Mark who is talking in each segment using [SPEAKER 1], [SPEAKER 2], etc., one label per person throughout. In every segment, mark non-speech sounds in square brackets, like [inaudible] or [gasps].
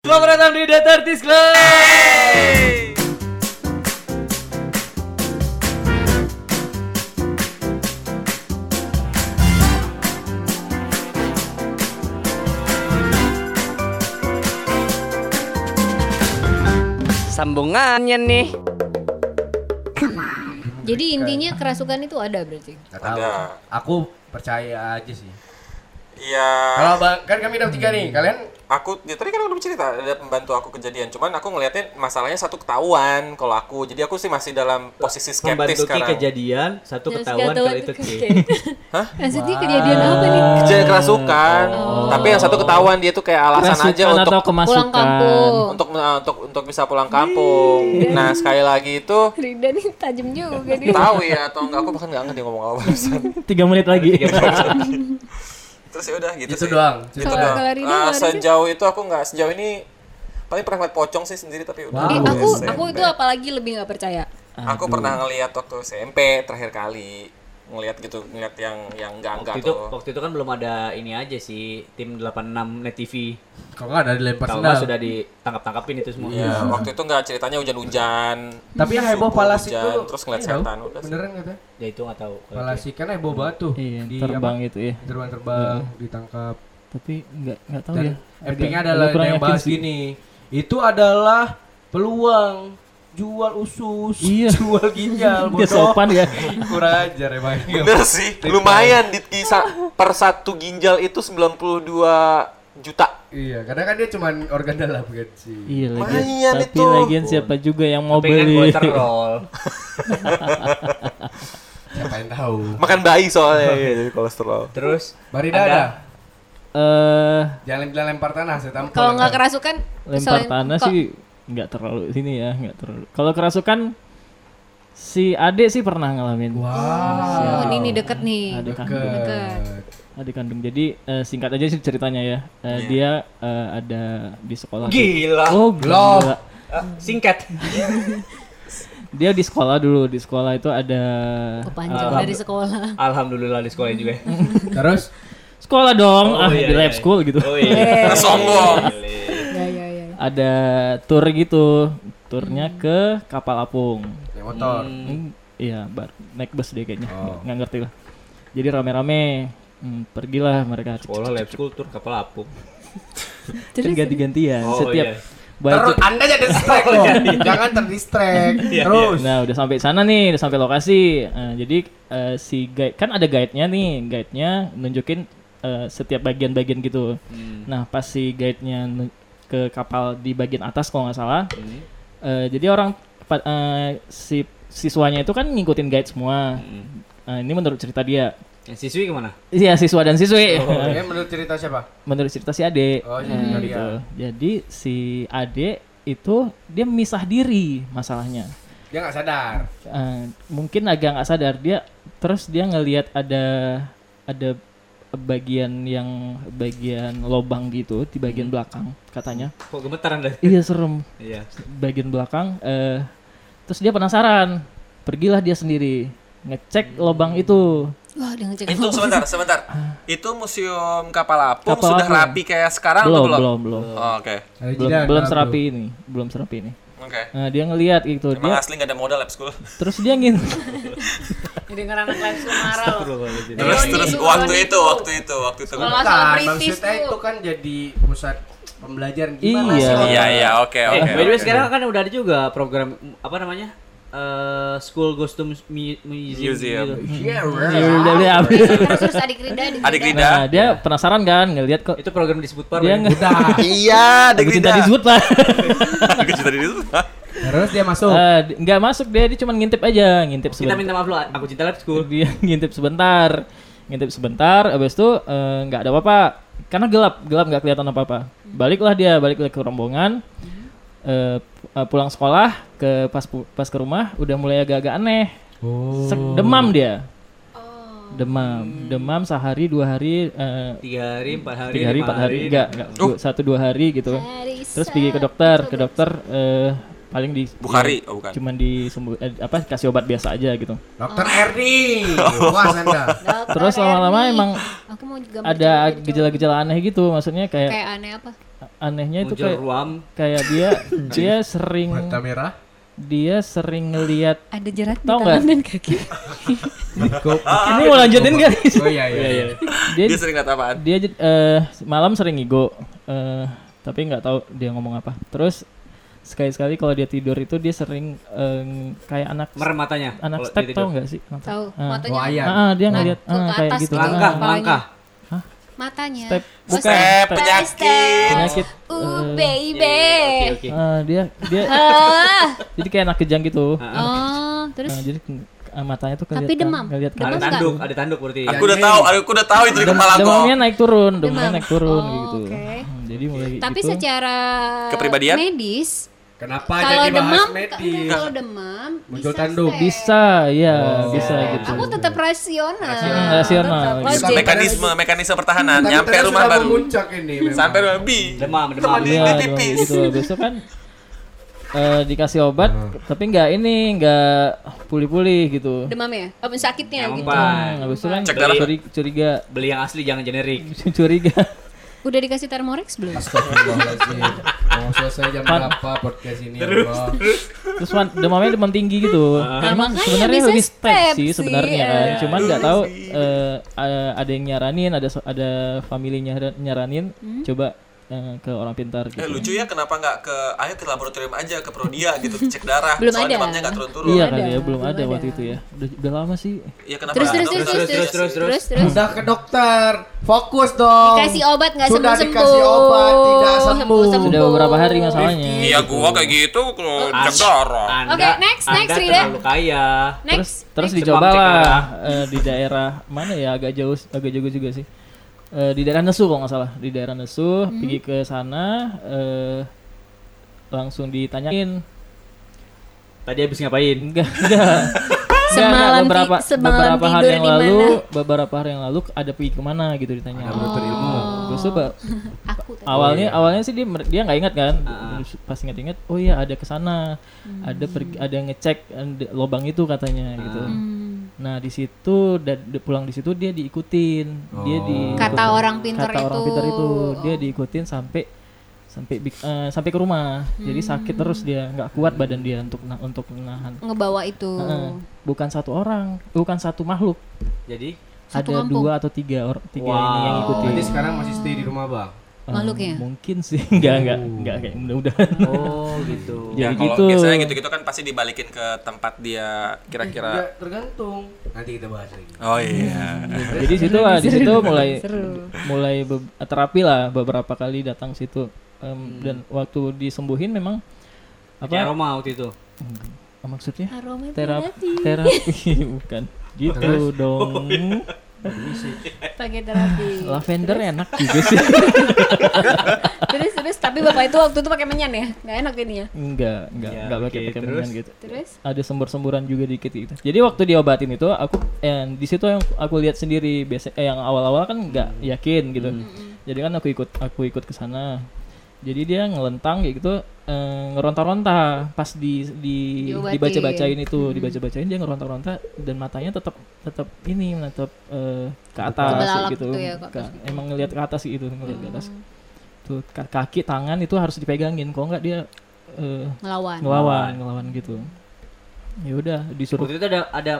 [SPEAKER 1] selamat datang di The 30s Club. Sambungannya nih.
[SPEAKER 2] Jadi intinya kerasukan itu ada berarti.
[SPEAKER 3] Nggak tahu.
[SPEAKER 4] Ada.
[SPEAKER 3] Aku percaya aja sih.
[SPEAKER 4] Iya.
[SPEAKER 3] Kalau bang, kan kami dapat tiga nih. Kalian
[SPEAKER 4] Aku ya, tadi kan aku udah cerita ada pembantu aku kejadian. Cuman aku ngelihatnya masalahnya satu ketahuan kalau aku. Jadi aku sih masih dalam posisi skeptis
[SPEAKER 5] Membantu
[SPEAKER 4] sekarang.
[SPEAKER 5] kejadian satu
[SPEAKER 2] Terus
[SPEAKER 5] ketahuan
[SPEAKER 2] nggak tahu
[SPEAKER 5] kalau itu
[SPEAKER 2] [laughs]
[SPEAKER 5] Ki.
[SPEAKER 4] Hah?
[SPEAKER 2] gitu. Maksudnya kejadian apa nih?
[SPEAKER 4] Kejadian kerasukan.
[SPEAKER 2] Oh.
[SPEAKER 4] Tapi yang satu ketahuan dia tuh kayak alasan aja
[SPEAKER 6] Kerasukan
[SPEAKER 4] untuk
[SPEAKER 6] atau kemasukan.
[SPEAKER 2] Pulang kampung.
[SPEAKER 4] untuk eh, untuk untuk bisa pulang kampung. Nah, sekali lagi itu
[SPEAKER 2] Rida nih tajam juga dia.
[SPEAKER 4] tahu ya atau enggak aku bahkan nggak ngerti ngomong apa
[SPEAKER 2] [laughs]
[SPEAKER 4] barusan.
[SPEAKER 6] Tiga menit lagi.
[SPEAKER 4] Terus ya udah gitu
[SPEAKER 3] itu
[SPEAKER 4] sih.
[SPEAKER 3] doang.
[SPEAKER 4] Gitu
[SPEAKER 2] Kalau-
[SPEAKER 4] doang.
[SPEAKER 2] kalau Rina,
[SPEAKER 4] Ah,
[SPEAKER 2] kalau Rina?
[SPEAKER 4] sejauh itu aku nggak sejauh ini paling pernah ngeliat pocong sih sendiri tapi udah.
[SPEAKER 2] Eh, aku aku
[SPEAKER 4] SMP.
[SPEAKER 2] itu apalagi lebih nggak percaya.
[SPEAKER 4] Aku pernah ngeliat waktu SMP terakhir kali ngeliat gitu ngeliat yang yang enggak enggak
[SPEAKER 5] [laughs] Waktu itu,
[SPEAKER 4] tuh.
[SPEAKER 5] waktu itu kan belum ada ini aja sih tim 86 net TV.
[SPEAKER 3] Kalau nggak ada dilempar
[SPEAKER 5] Kalau
[SPEAKER 3] sendal.
[SPEAKER 5] nggak sudah ditangkap tangkapin itu semua.
[SPEAKER 4] Iya, waktu itu nggak ceritanya hujan-hujan.
[SPEAKER 3] Tapi yang heboh
[SPEAKER 4] Subuh
[SPEAKER 3] palas
[SPEAKER 4] hujan,
[SPEAKER 3] itu.
[SPEAKER 4] terus ngeliat
[SPEAKER 3] iya tahu.
[SPEAKER 4] setan, udah sih.
[SPEAKER 3] Beneran katanya.
[SPEAKER 5] Ya itu nggak tahu. kalau
[SPEAKER 3] Palas
[SPEAKER 5] itu.
[SPEAKER 3] ikan heboh banget tuh.
[SPEAKER 6] Iya,
[SPEAKER 3] Di
[SPEAKER 6] terbang
[SPEAKER 3] apa?
[SPEAKER 6] itu ya.
[SPEAKER 3] Terbang-terbang ditangkap.
[SPEAKER 6] Tapi nggak nggak tahu ya.
[SPEAKER 3] Dan endingnya
[SPEAKER 6] Agak-
[SPEAKER 3] adalah
[SPEAKER 6] agak kurang
[SPEAKER 3] yang
[SPEAKER 6] yakin
[SPEAKER 3] bahas
[SPEAKER 6] sih.
[SPEAKER 3] gini. Itu adalah peluang jual usus,
[SPEAKER 6] Iya.
[SPEAKER 3] [laughs] jual ginjal,
[SPEAKER 6] Dia
[SPEAKER 3] bodoh.
[SPEAKER 6] sopan ya.
[SPEAKER 3] [laughs] Kurang ajar
[SPEAKER 6] [laughs]
[SPEAKER 3] emang.
[SPEAKER 4] Bener sih, lumayan di kisah per satu ginjal itu 92 juta.
[SPEAKER 3] Iya, karena kan dia cuman organ dalam kan sih.
[SPEAKER 6] Iya lagi.
[SPEAKER 4] Lumayan
[SPEAKER 6] Tapi
[SPEAKER 4] itu.
[SPEAKER 6] lagian siapa juga yang mau
[SPEAKER 5] Tapi kan
[SPEAKER 6] beli? [laughs]
[SPEAKER 5] buat roll.
[SPEAKER 3] Siapa yang tahu?
[SPEAKER 4] Makan bayi soalnya iya, jadi kolesterol.
[SPEAKER 5] Terus
[SPEAKER 3] Barida ada.
[SPEAKER 6] Eh,
[SPEAKER 3] Jangan jangan lempar tanah, saya tampol. ya.
[SPEAKER 2] Kalau nggak kerasukan,
[SPEAKER 6] lempar
[SPEAKER 2] selain-
[SPEAKER 6] tanah
[SPEAKER 2] kok-
[SPEAKER 6] sih nggak terlalu sini ya, nggak terlalu. Kalau kerasukan si Ade sih pernah ngalamin.
[SPEAKER 2] Oh,
[SPEAKER 3] Wow.
[SPEAKER 2] ini nih deket nih.
[SPEAKER 6] Ada kandung.
[SPEAKER 3] Deket.
[SPEAKER 6] Ada kandung. Jadi eh, singkat aja sih ceritanya ya. Eh, Dia eh, ada di sekolah.
[SPEAKER 5] gila.
[SPEAKER 6] Oh,
[SPEAKER 3] Belum.
[SPEAKER 6] gila.
[SPEAKER 5] Ah, Singkat.
[SPEAKER 6] Dia di sekolah dulu. Di sekolah itu ada
[SPEAKER 2] Kepanjang
[SPEAKER 6] Ah.
[SPEAKER 2] dari
[SPEAKER 6] [laughs]
[SPEAKER 2] sekolah.
[SPEAKER 5] Alhamdulillah di sekolah juga.
[SPEAKER 3] Terus
[SPEAKER 6] sekolah dong.
[SPEAKER 5] Oh,
[SPEAKER 6] ah,
[SPEAKER 5] iya,
[SPEAKER 6] di
[SPEAKER 5] iya.
[SPEAKER 6] lab school gitu.
[SPEAKER 5] Oh iya. Sombong.
[SPEAKER 2] Ya ya ya.
[SPEAKER 6] ada tour gitu.
[SPEAKER 5] Hmm.
[SPEAKER 6] Turnya ke Kapal Apung.
[SPEAKER 3] naik motor.
[SPEAKER 6] Hmm, Iya, bar naik bus deh kayaknya. Nggak-
[SPEAKER 5] Oh.
[SPEAKER 6] Nggak ngerti lah. Jadi rame-rame hmm, pergilah mereka Cek,
[SPEAKER 5] Sekolah lab school tur kapal apung.
[SPEAKER 6] cek, kan ganti-gantian
[SPEAKER 5] Oh,
[SPEAKER 6] setiap
[SPEAKER 5] iya.
[SPEAKER 6] baju-
[SPEAKER 3] Anda jadi
[SPEAKER 6] [laughs]
[SPEAKER 3] distract
[SPEAKER 6] Oh,
[SPEAKER 3] loh. Jangan terdistract. Terus.
[SPEAKER 6] iya. Nah, udah sampai sana nih, udah sampai lokasi. Eh, jadi eh, si guide kan ada guide-nya nih, guide-nya nunjukin eh, setiap bagian-bagian gitu.
[SPEAKER 3] Hmm.
[SPEAKER 6] Nah, pas si guide-nya nu- ke kapal di bagian atas kalau nggak salah.
[SPEAKER 3] Hmm.
[SPEAKER 6] eh, jadi orang pa- eh, si siswanya itu kan ngikutin guide semua.
[SPEAKER 3] Hmm.
[SPEAKER 6] Eh, ini menurut cerita dia.
[SPEAKER 5] Yang siswi kemana?
[SPEAKER 6] Iya, siswa dan siswi.
[SPEAKER 3] Ini menurut cerita siapa?
[SPEAKER 6] [laughs] menurut cerita si Ade.
[SPEAKER 3] Oh, si
[SPEAKER 6] Eh,
[SPEAKER 3] Ade,
[SPEAKER 6] gitu. Jadi si Ade itu dia misah diri masalahnya.
[SPEAKER 3] Dia nggak sadar.
[SPEAKER 6] Eh, mungkin agak nggak sadar dia terus dia ngelihat ada ada bagian yang bagian lobang gitu di bagian belakang katanya.
[SPEAKER 5] Kok gemetaran dah?
[SPEAKER 6] Iya serem
[SPEAKER 5] Iya.
[SPEAKER 6] bagian belakang eh terus dia penasaran. Pergilah dia sendiri ngecek lubang itu.
[SPEAKER 2] Wah, dia ngecek.
[SPEAKER 4] Itu sebentar, sebentar. Itu museum kapal apung
[SPEAKER 6] Kapal
[SPEAKER 4] sudah
[SPEAKER 6] Apung.
[SPEAKER 4] rapi kayak sekarang atau Ah,
[SPEAKER 6] belum,
[SPEAKER 4] belum?
[SPEAKER 6] belum, belum.
[SPEAKER 4] Oh, Oke.
[SPEAKER 6] Belum, belum
[SPEAKER 3] nah,
[SPEAKER 6] serapi ini, belum serapi ini.
[SPEAKER 4] Oke.
[SPEAKER 6] Eh, dia ngelihat gitu
[SPEAKER 4] Emang
[SPEAKER 6] dia
[SPEAKER 4] asli nggak ada modal lab school.
[SPEAKER 6] terus dia ngin
[SPEAKER 2] Dengar anak live school marah loh.
[SPEAKER 4] Terus
[SPEAKER 2] Roni
[SPEAKER 4] terus
[SPEAKER 2] itu,
[SPEAKER 4] waktu
[SPEAKER 2] Roni
[SPEAKER 4] itu,
[SPEAKER 2] itu.
[SPEAKER 4] waktu itu, waktu itu.
[SPEAKER 2] Sekolah
[SPEAKER 3] Bukan,
[SPEAKER 2] British
[SPEAKER 3] maksudnya
[SPEAKER 2] tuh.
[SPEAKER 3] itu kan jadi pusat pembelajaran gimana
[SPEAKER 6] Iya.
[SPEAKER 3] sih? orang-
[SPEAKER 4] Iya iya, oke
[SPEAKER 5] Eh,
[SPEAKER 4] oke.
[SPEAKER 5] by the way
[SPEAKER 4] oke.
[SPEAKER 5] sekarang kan udah ada juga program apa namanya? Eh, School Goes to Mu- Mu- Museum.
[SPEAKER 4] Museum.
[SPEAKER 5] gitu.
[SPEAKER 3] Iya,
[SPEAKER 6] Ya
[SPEAKER 3] right.
[SPEAKER 6] udah, udah, habis.
[SPEAKER 2] Terus terus adik Rida, adik
[SPEAKER 4] Adik
[SPEAKER 2] Rida.
[SPEAKER 6] Nah,
[SPEAKER 4] Rida.
[SPEAKER 6] dia penasaran kan ngelihat kok
[SPEAKER 5] Hmm. Itu program disebut par.
[SPEAKER 6] dia
[SPEAKER 5] men.
[SPEAKER 6] nggak
[SPEAKER 4] Iya, adik
[SPEAKER 6] cinta disebut lah.
[SPEAKER 4] Aku cerita di situ.
[SPEAKER 3] Terus dia masuk.
[SPEAKER 6] Eh, di- nggak masuk dia, dia cuma ngintip aja, ngintip
[SPEAKER 5] Kita
[SPEAKER 6] sebentar.
[SPEAKER 5] minta maaf lu, aku cinta lab school.
[SPEAKER 6] [laughs] Dia ngintip sebentar, ngintip sebentar. Abis itu eh, nggak ada apa-apa, karena gelap, gelap nggak kelihatan apa-apa. Baliklah dia, balik ke rombongan. Eh, pu- eh, pulang sekolah ke pas pu- pas ke rumah udah mulai agak-agak aneh.
[SPEAKER 5] Oh.
[SPEAKER 6] Sek- Demam dia. Demam,
[SPEAKER 5] Hmm.
[SPEAKER 6] demam sehari dua hari, eh,
[SPEAKER 5] Tiga hari, empat hari, Oh.
[SPEAKER 6] tiga hari,
[SPEAKER 5] lima
[SPEAKER 6] empat hari, enggak, enggak, dua- satu dua hari gitu. Terus pergi ke dokter, ke dokter eh, paling di
[SPEAKER 4] Bukhari, oh bukan.
[SPEAKER 6] cuman di eh, apa kasih obat biasa aja gitu.
[SPEAKER 3] Dokter Erdi. Puas Anda.
[SPEAKER 2] Dokter
[SPEAKER 6] Terus lama-lama
[SPEAKER 2] Erni.
[SPEAKER 6] emang
[SPEAKER 2] aku mau juga
[SPEAKER 6] ada gejala-gejala aneh gitu, maksudnya kayak
[SPEAKER 2] kayak aneh apa?
[SPEAKER 6] anehnya itu
[SPEAKER 5] muncul
[SPEAKER 6] kayak
[SPEAKER 5] ruam
[SPEAKER 6] kayak [coughs] dia dia sering
[SPEAKER 3] Mata merah.
[SPEAKER 6] dia sering ngelihat
[SPEAKER 2] Ada jerat di
[SPEAKER 6] Tau nggak?
[SPEAKER 2] tangan dan kaki.
[SPEAKER 6] ini mau lanjutin gak nih?
[SPEAKER 3] Oh iya iya. iya.
[SPEAKER 6] dia
[SPEAKER 4] Dia sering lihat apaan?
[SPEAKER 6] dia jad- eh, malam sering ngigo eh, tapi nggak tahu dia ngomong apa terus sekali sekali kalau dia tidur itu dia sering eh, kayak anak
[SPEAKER 5] merem matanya.
[SPEAKER 6] anak
[SPEAKER 5] kalau gitu,
[SPEAKER 6] step
[SPEAKER 5] dia
[SPEAKER 6] tau
[SPEAKER 5] tidur. Iya.
[SPEAKER 6] nggak sih Anak-
[SPEAKER 2] Tahu
[SPEAKER 6] Ah.
[SPEAKER 3] Oh
[SPEAKER 2] matanya.
[SPEAKER 3] ayam.
[SPEAKER 6] Ah, ah, dia
[SPEAKER 2] Nah,
[SPEAKER 6] ngeliat
[SPEAKER 2] ke
[SPEAKER 6] ah, kayak
[SPEAKER 2] atas
[SPEAKER 6] gitu.
[SPEAKER 2] gitu.
[SPEAKER 5] Langkah,
[SPEAKER 2] Kepalanya.
[SPEAKER 5] langkah.
[SPEAKER 2] Matanya.
[SPEAKER 6] Step.
[SPEAKER 2] Terus
[SPEAKER 6] Bukan.
[SPEAKER 4] Eh,
[SPEAKER 6] Step.
[SPEAKER 4] penyakit.
[SPEAKER 6] Penyakit.
[SPEAKER 2] Uh,
[SPEAKER 6] Eh,
[SPEAKER 2] baby.
[SPEAKER 5] Oke, oke.
[SPEAKER 6] ah, dia dia [laughs]
[SPEAKER 2] Ah.
[SPEAKER 6] jadi kayak anak kejang gitu.
[SPEAKER 2] Oh, terus
[SPEAKER 6] Ah, jadi ke- ah, matanya tuh kelihatan.
[SPEAKER 2] Tapi demam.
[SPEAKER 6] ngeliat ke
[SPEAKER 5] Ada
[SPEAKER 2] Demam
[SPEAKER 6] atas.
[SPEAKER 5] tanduk, ada tanduk berarti.
[SPEAKER 4] Aku udah tahu, aku udah tahu itu di kepala
[SPEAKER 6] Demamnya
[SPEAKER 4] kok.
[SPEAKER 6] naik turun, demamnya
[SPEAKER 2] Demam.
[SPEAKER 6] naik turun
[SPEAKER 2] Oh,
[SPEAKER 6] gitu.
[SPEAKER 2] oke.
[SPEAKER 6] Hmm, Jadi mulai
[SPEAKER 2] tapi
[SPEAKER 6] gitu.
[SPEAKER 2] secara
[SPEAKER 4] Kepribadian?
[SPEAKER 2] medis
[SPEAKER 3] Kenapa
[SPEAKER 2] kalau
[SPEAKER 3] jadi bahas
[SPEAKER 2] demam
[SPEAKER 3] medis?
[SPEAKER 2] kalau demam
[SPEAKER 3] Muncul
[SPEAKER 2] bisa
[SPEAKER 3] tanduk.
[SPEAKER 2] step.
[SPEAKER 6] bisa, ya,
[SPEAKER 3] Oh.
[SPEAKER 6] bisa
[SPEAKER 3] Bisa.
[SPEAKER 6] gitu.
[SPEAKER 2] Aku tetap rasional.
[SPEAKER 6] Rasional, rasional.
[SPEAKER 2] Tetap
[SPEAKER 6] Gitu.
[SPEAKER 2] logik.
[SPEAKER 4] Mekanisme, mekanisme pertahanan.
[SPEAKER 3] Tapi
[SPEAKER 4] Nyampe
[SPEAKER 3] ternyata
[SPEAKER 4] rumah
[SPEAKER 3] sudah
[SPEAKER 4] baru.
[SPEAKER 3] memuncak ini. memang.
[SPEAKER 4] Sampai rumah bi.
[SPEAKER 5] Demam, demam.
[SPEAKER 4] Teman
[SPEAKER 6] Iya,
[SPEAKER 4] Ini
[SPEAKER 6] demam
[SPEAKER 4] pipis.
[SPEAKER 6] gitu. Habis itu kan eh, dikasih obat, tapi nggak ini, nggak pulih-pulih gitu.
[SPEAKER 2] Demam ya? Apa sakitnya
[SPEAKER 5] Emang,
[SPEAKER 2] gitu.
[SPEAKER 5] Pak.
[SPEAKER 6] Hmm, habis itu kan
[SPEAKER 4] Cek darah.
[SPEAKER 6] curi- curiga, [laughs]
[SPEAKER 5] Beli yang asli jangan generik.
[SPEAKER 6] curiga.
[SPEAKER 2] Udah dikasih Thermorex belum?
[SPEAKER 3] Astagfirullahaladzim. Mau selesai jam berapa podcast ini? Allah?
[SPEAKER 6] Terus man- demamnya demam tinggi gitu. Emang
[SPEAKER 2] Nah, makanya
[SPEAKER 6] sebenarnya
[SPEAKER 2] bisa
[SPEAKER 6] lebih step
[SPEAKER 2] step
[SPEAKER 6] sih
[SPEAKER 2] sih,
[SPEAKER 6] sebenarnya kan.
[SPEAKER 2] eh.
[SPEAKER 6] Cuman nggak tahu eh, a- ada yang nyaranin, ada so- ada familinya ada- nyaranin
[SPEAKER 2] Hmm?
[SPEAKER 6] coba eh, ke orang pintar
[SPEAKER 4] Eh,
[SPEAKER 6] gitu.
[SPEAKER 4] lucu ya kenapa nggak ke ayo ke laboratorium aja ke Prodia gitu cek darah
[SPEAKER 2] Belum
[SPEAKER 4] soalnya
[SPEAKER 2] ada.
[SPEAKER 4] demamnya nggak turun-turun
[SPEAKER 6] Iya
[SPEAKER 4] iya.
[SPEAKER 6] kan ya, belum
[SPEAKER 2] belum
[SPEAKER 6] ada waktu
[SPEAKER 2] ada.
[SPEAKER 6] itu ya. Udah, udah lama sih.
[SPEAKER 4] kenapa
[SPEAKER 2] Terus
[SPEAKER 4] nggak?
[SPEAKER 2] terus terus terus terus terus terus. terus.
[SPEAKER 3] Udah ke dokter, fokus dong.
[SPEAKER 2] Dikasih obat nggak
[SPEAKER 3] Sudah
[SPEAKER 2] sembuh sembuh.
[SPEAKER 3] dikasih obat, tidak sembuh.
[SPEAKER 6] Sudah beberapa hari masalahnya.
[SPEAKER 4] iya gua kayak gitu kalau cek darah
[SPEAKER 5] Anda,
[SPEAKER 2] Oke, next,
[SPEAKER 5] anda
[SPEAKER 2] next, Rida.
[SPEAKER 5] terlalu kaya.
[SPEAKER 6] Terus
[SPEAKER 2] Next.
[SPEAKER 6] terus
[SPEAKER 5] next.
[SPEAKER 6] dicoba
[SPEAKER 5] Demam, cek
[SPEAKER 6] lah
[SPEAKER 5] darah.
[SPEAKER 6] eh, di daerah mana ya agak jauh agak jauh juga sih. Eh, di daerah Nesu kalau nggak salah, di daerah Nesu
[SPEAKER 2] Hmm.
[SPEAKER 6] pergi ke sana eh, langsung ditanyain
[SPEAKER 5] Tadi habis ngapain?
[SPEAKER 6] Enggak, enggak.
[SPEAKER 2] Semalam
[SPEAKER 6] Enggak, enggak.
[SPEAKER 2] ti-
[SPEAKER 6] beberapa
[SPEAKER 2] semalam
[SPEAKER 6] beberapa hari
[SPEAKER 2] tidur
[SPEAKER 6] yang
[SPEAKER 2] di
[SPEAKER 6] lalu,
[SPEAKER 2] mana?
[SPEAKER 6] beberapa hari yang lalu ada pergi kemana gitu ditanya. Terus tuh, Pak,
[SPEAKER 2] Oh. [laughs] Aku tadi.
[SPEAKER 6] awalnya awalnya sih dia mer- dia nggak ingat kan. Terus Pas ingat-ingat, oh iya ada ke sana.
[SPEAKER 2] Hmm.
[SPEAKER 6] Ada pergi ada ngecek eh, d- lubang itu katanya gitu.
[SPEAKER 2] Hmm.
[SPEAKER 6] Nah, di situ da- di- pulang di situ dia diikutin. Dia di
[SPEAKER 2] Kata orang pintar
[SPEAKER 6] kata orang
[SPEAKER 2] itu. Oh.
[SPEAKER 6] pintar itu dia diikutin sampai sampai bik- eh, sampai ke rumah. Jadi sakit
[SPEAKER 2] Hmm.
[SPEAKER 6] terus dia nggak kuat badan dia untuk na- untuk nahan
[SPEAKER 2] ngebawa itu.
[SPEAKER 6] Heeh. bukan satu orang, bukan satu makhluk.
[SPEAKER 5] Jadi
[SPEAKER 2] Satu
[SPEAKER 6] ada
[SPEAKER 2] kampung.
[SPEAKER 6] dua atau tiga orang tiga
[SPEAKER 5] Wow.
[SPEAKER 6] ini yang ikutin.
[SPEAKER 3] Berarti sekarang masih stay di rumah bang.
[SPEAKER 6] Eh,
[SPEAKER 2] makhluknya?
[SPEAKER 6] Mungkin sih [laughs] enggak enggak enggak kayak mudah-mudahan.
[SPEAKER 5] oh gitu.
[SPEAKER 4] ya
[SPEAKER 6] Jadi
[SPEAKER 4] kalau
[SPEAKER 6] gitu.
[SPEAKER 4] biasanya gitu-gitu kan pasti dibalikin ke tempat dia kira-kira
[SPEAKER 3] Iya.
[SPEAKER 6] Ya,
[SPEAKER 3] tergantung. Nanti kita bahas lagi.
[SPEAKER 4] oh iya
[SPEAKER 6] [laughs] Jadi situ lah di situ mulai mulai be- terapi lah beberapa kali datang situ Em,
[SPEAKER 5] Hmm.
[SPEAKER 6] dan waktu disembuhin memang
[SPEAKER 5] Kayak
[SPEAKER 6] apa
[SPEAKER 5] Roma waktu itu. Hmm.
[SPEAKER 6] maksudnya
[SPEAKER 2] Aroma
[SPEAKER 6] terapi
[SPEAKER 2] [laughs]
[SPEAKER 6] terapi bukan gitu
[SPEAKER 5] Oh,
[SPEAKER 6] dong
[SPEAKER 5] iya.
[SPEAKER 2] pakai terapi.
[SPEAKER 6] lavender enak juga sih
[SPEAKER 5] [laughs]
[SPEAKER 2] terus terus tapi bapak itu waktu itu pakai menyan ya? Nggak enak ini ya.
[SPEAKER 6] enggak enggak
[SPEAKER 5] Ya,
[SPEAKER 6] enggak pakai
[SPEAKER 5] oke,
[SPEAKER 6] pakai
[SPEAKER 5] terus?
[SPEAKER 6] minyak gitu
[SPEAKER 2] Terus
[SPEAKER 6] ada sembur-semburan juga dikit gitu. Jadi waktu diobatin itu aku eh, di situ yang aku lihat sendiri biasa eh, yang awal-awal kan nggak
[SPEAKER 2] Hmm.
[SPEAKER 6] yakin gitu. Jadi kan aku ikut aku ikut ke sana. Jadi dia ngelentang kayak gitu eh, ngeronta-ronta pas di di
[SPEAKER 2] Diobatin. Hmm.
[SPEAKER 6] dibaca-bacain itu, dibaca-bacain dia ngeronta-ronta dan matanya tetap tetap ini tetap eh, ke atas
[SPEAKER 2] Kebelalak gitu
[SPEAKER 6] gitu.
[SPEAKER 2] Hmm. ya, ke atas
[SPEAKER 6] Ke- emang ngelihat ke atas gitu, ngelihat ke atas. Tuh ka- kaki tangan itu harus dipegangin, kalau nggak dia eh,
[SPEAKER 2] ngelawan.
[SPEAKER 6] ngelawan ngelawan gitu ya udah disuruh
[SPEAKER 5] Waktu itu ada ada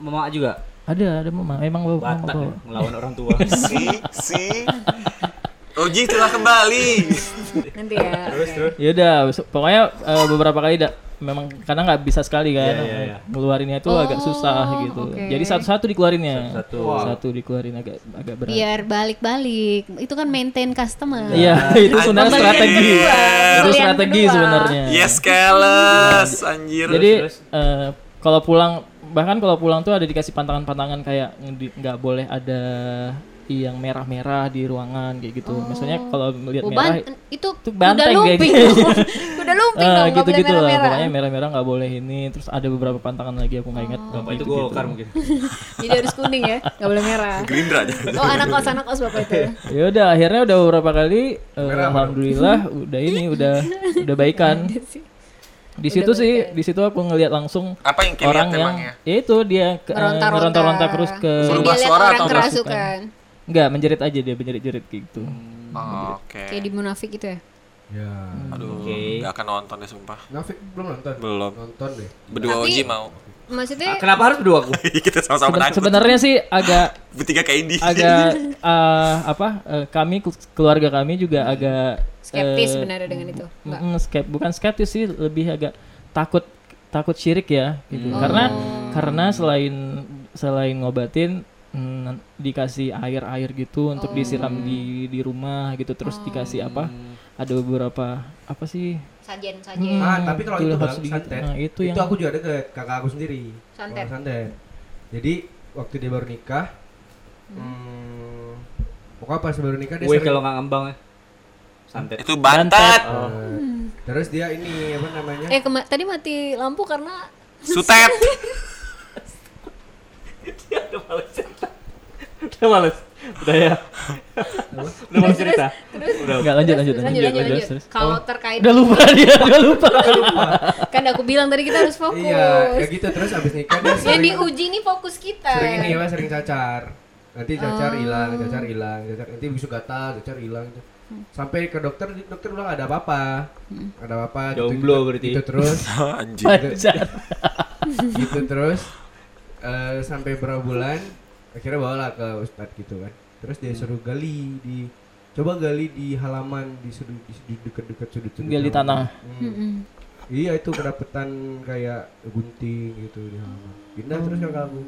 [SPEAKER 5] mama juga
[SPEAKER 6] ada ada mama emang bawa mama
[SPEAKER 5] Batak ya,
[SPEAKER 6] bawa
[SPEAKER 5] melawan orang [laughs] tua.
[SPEAKER 4] si si Oji telah kembali
[SPEAKER 2] Nanti ya. oke.
[SPEAKER 6] ya udah besok- pokoknya eh, beberapa kali da- memang karena nggak bisa sekali kan
[SPEAKER 5] Iya, iya, iya.
[SPEAKER 6] ngeluarinnya itu agak susah gitu
[SPEAKER 2] Oh, oke.
[SPEAKER 6] jadi satu-satu dikeluarinnya
[SPEAKER 5] Satu-satu.
[SPEAKER 6] satu dikeluarin agak agak berat
[SPEAKER 2] Biar balik-balik. Itu kan maintain customer.
[SPEAKER 6] iya [laughs] itu sebenarnya
[SPEAKER 4] Anjir.
[SPEAKER 2] Iya,
[SPEAKER 6] strategi itu
[SPEAKER 2] Pilihan
[SPEAKER 6] strategi
[SPEAKER 2] kedua.
[SPEAKER 6] sebenarnya
[SPEAKER 4] yes keles anjir
[SPEAKER 6] jadi eh, kalau pulang bahkan kalau pulang tuh ada dikasih pantangan-pantangan kayak di- nggak boleh ada yang merah-merah di ruangan kayak gitu misalnya kalau melihat
[SPEAKER 2] Oh,
[SPEAKER 6] merah
[SPEAKER 2] ban- itu
[SPEAKER 6] Iya. itu
[SPEAKER 2] udah
[SPEAKER 6] banteng kayak
[SPEAKER 2] lumping.
[SPEAKER 6] gitu.
[SPEAKER 2] [laughs] Udah lumping dong,
[SPEAKER 6] Ah,
[SPEAKER 2] nggak boleh
[SPEAKER 6] gitu-gitu lah
[SPEAKER 2] merah-merah.
[SPEAKER 6] pokoknya merah-merah nggak boleh ini terus ada beberapa pantangan lagi aku nggak ingat
[SPEAKER 5] Bapak itu gokar mungkin.
[SPEAKER 2] Jadi harus kuning ya, nggak boleh merah.
[SPEAKER 4] Gerindra aja
[SPEAKER 2] Oh, anak kos anak kos bapak itu.
[SPEAKER 6] ya udah akhirnya udah beberapa kali eh,
[SPEAKER 4] [laughs]
[SPEAKER 6] alhamdulillah udah ini udah udah baikan di situ sih di situ aku ngelihat langsung
[SPEAKER 4] apa yang kalian
[SPEAKER 6] orang yang
[SPEAKER 4] Ah, emangnya
[SPEAKER 6] ya itu dia ke- eh,
[SPEAKER 2] Meronta-ronta.
[SPEAKER 6] meronta-ronta terus ke
[SPEAKER 2] Yang
[SPEAKER 4] Berubah
[SPEAKER 2] dia lihat
[SPEAKER 4] suara
[SPEAKER 2] orang
[SPEAKER 4] atau nggak?
[SPEAKER 2] kerasukan.
[SPEAKER 6] nggak menjerit aja dia menjerit-jerit kayak gitu
[SPEAKER 4] Oh, oke
[SPEAKER 2] Kayak di munafik gitu ya.
[SPEAKER 3] Ya.
[SPEAKER 4] Aduh,
[SPEAKER 5] Oke.
[SPEAKER 4] nggak akan nonton deh sumpah.
[SPEAKER 3] Nafik belum nonton?
[SPEAKER 4] Belum.
[SPEAKER 3] Nonton deh.
[SPEAKER 4] Berdua
[SPEAKER 2] Tapi-
[SPEAKER 4] Oji mau. [laughs]
[SPEAKER 2] Maksudnya
[SPEAKER 5] Kenapa harus berdua aku?
[SPEAKER 4] Kita sama-sama
[SPEAKER 6] Seben-
[SPEAKER 4] takut.
[SPEAKER 6] sebenarnya sih
[SPEAKER 4] [laughs]
[SPEAKER 6] agak
[SPEAKER 4] Bertiga kayak Indi.
[SPEAKER 6] agak eh, apa eh, kami kel- keluarga kami juga agak
[SPEAKER 2] skeptis
[SPEAKER 6] eh,
[SPEAKER 2] sebenarnya dengan itu. Enggak.
[SPEAKER 6] mm, skep- bukan skeptis sih lebih agak takut takut syirik ya gitu.
[SPEAKER 2] Hmm.
[SPEAKER 6] karena
[SPEAKER 2] Oh.
[SPEAKER 6] karena selain selain ngobatin mm, dikasih air air gitu untuk
[SPEAKER 2] Oh.
[SPEAKER 6] disiram di di rumah gitu terus
[SPEAKER 2] Hmm.
[SPEAKER 6] dikasih apa ada beberapa apa sih
[SPEAKER 2] Sajen,
[SPEAKER 6] Hmm.
[SPEAKER 2] sajen.
[SPEAKER 3] Ah, tapi kalau
[SPEAKER 6] Gila,
[SPEAKER 3] itu
[SPEAKER 6] harus
[SPEAKER 3] bang
[SPEAKER 6] digigit.
[SPEAKER 3] santet,
[SPEAKER 6] Nah, itu
[SPEAKER 3] itu,
[SPEAKER 6] yang-
[SPEAKER 3] aku juga deket kakak aku sendiri.
[SPEAKER 2] Santet.
[SPEAKER 3] Orang santet. Jadi waktu dia baru nikah, hmm, pokoknya pas baru nikah dia
[SPEAKER 5] Gue
[SPEAKER 3] sering-
[SPEAKER 5] kalau nggak ngembang ya. Santet.
[SPEAKER 4] [laughs] Itu bantat,
[SPEAKER 3] Eh, terus dia ini apa namanya?
[SPEAKER 2] Eh, kema- tadi mati lampu karena
[SPEAKER 4] sutet.
[SPEAKER 5] [laughs] Udah males. Udah ya. Udah males cerita. Udah.
[SPEAKER 6] nggak lanjut lanjut lanjut
[SPEAKER 2] lanjut, lanjut,
[SPEAKER 6] lanjut,
[SPEAKER 2] lanjut.
[SPEAKER 6] terus.
[SPEAKER 2] Kalau terkait
[SPEAKER 6] udah lupa
[SPEAKER 2] [laughs]
[SPEAKER 6] dia udah lupa
[SPEAKER 2] kan aku bilang tadi kita harus fokus.
[SPEAKER 3] Iya, ya gitu terus abis nikah dia
[SPEAKER 2] Yang
[SPEAKER 3] sering,
[SPEAKER 2] diuji nih fokus kita.
[SPEAKER 3] sering ini apa sering cacar. Oh. Nanti cacar hilang, cacar hilang, cacar nanti besok gatal, cacar hilang. Sampai ke dokter, dokter bilang "Nggak ada apa-apa, Nggak ada apa-apa. gitu-
[SPEAKER 5] Jomblo
[SPEAKER 3] gitu-
[SPEAKER 5] berarti.
[SPEAKER 3] Gitu terus.
[SPEAKER 4] Ah, Anjing.
[SPEAKER 6] Pacar.
[SPEAKER 3] gitu terus eh, sampai berapa bulan akhirnya bawalah ke ustad gitu kan terus dia suruh gali di coba gali di halaman di sudut di sudut dekat-dekat sudut sudut
[SPEAKER 6] Gali
[SPEAKER 3] halaman."
[SPEAKER 6] tanah.
[SPEAKER 3] Hmm. iya itu kedapetan kayak gunting gitu di halaman pindah terus kakak aku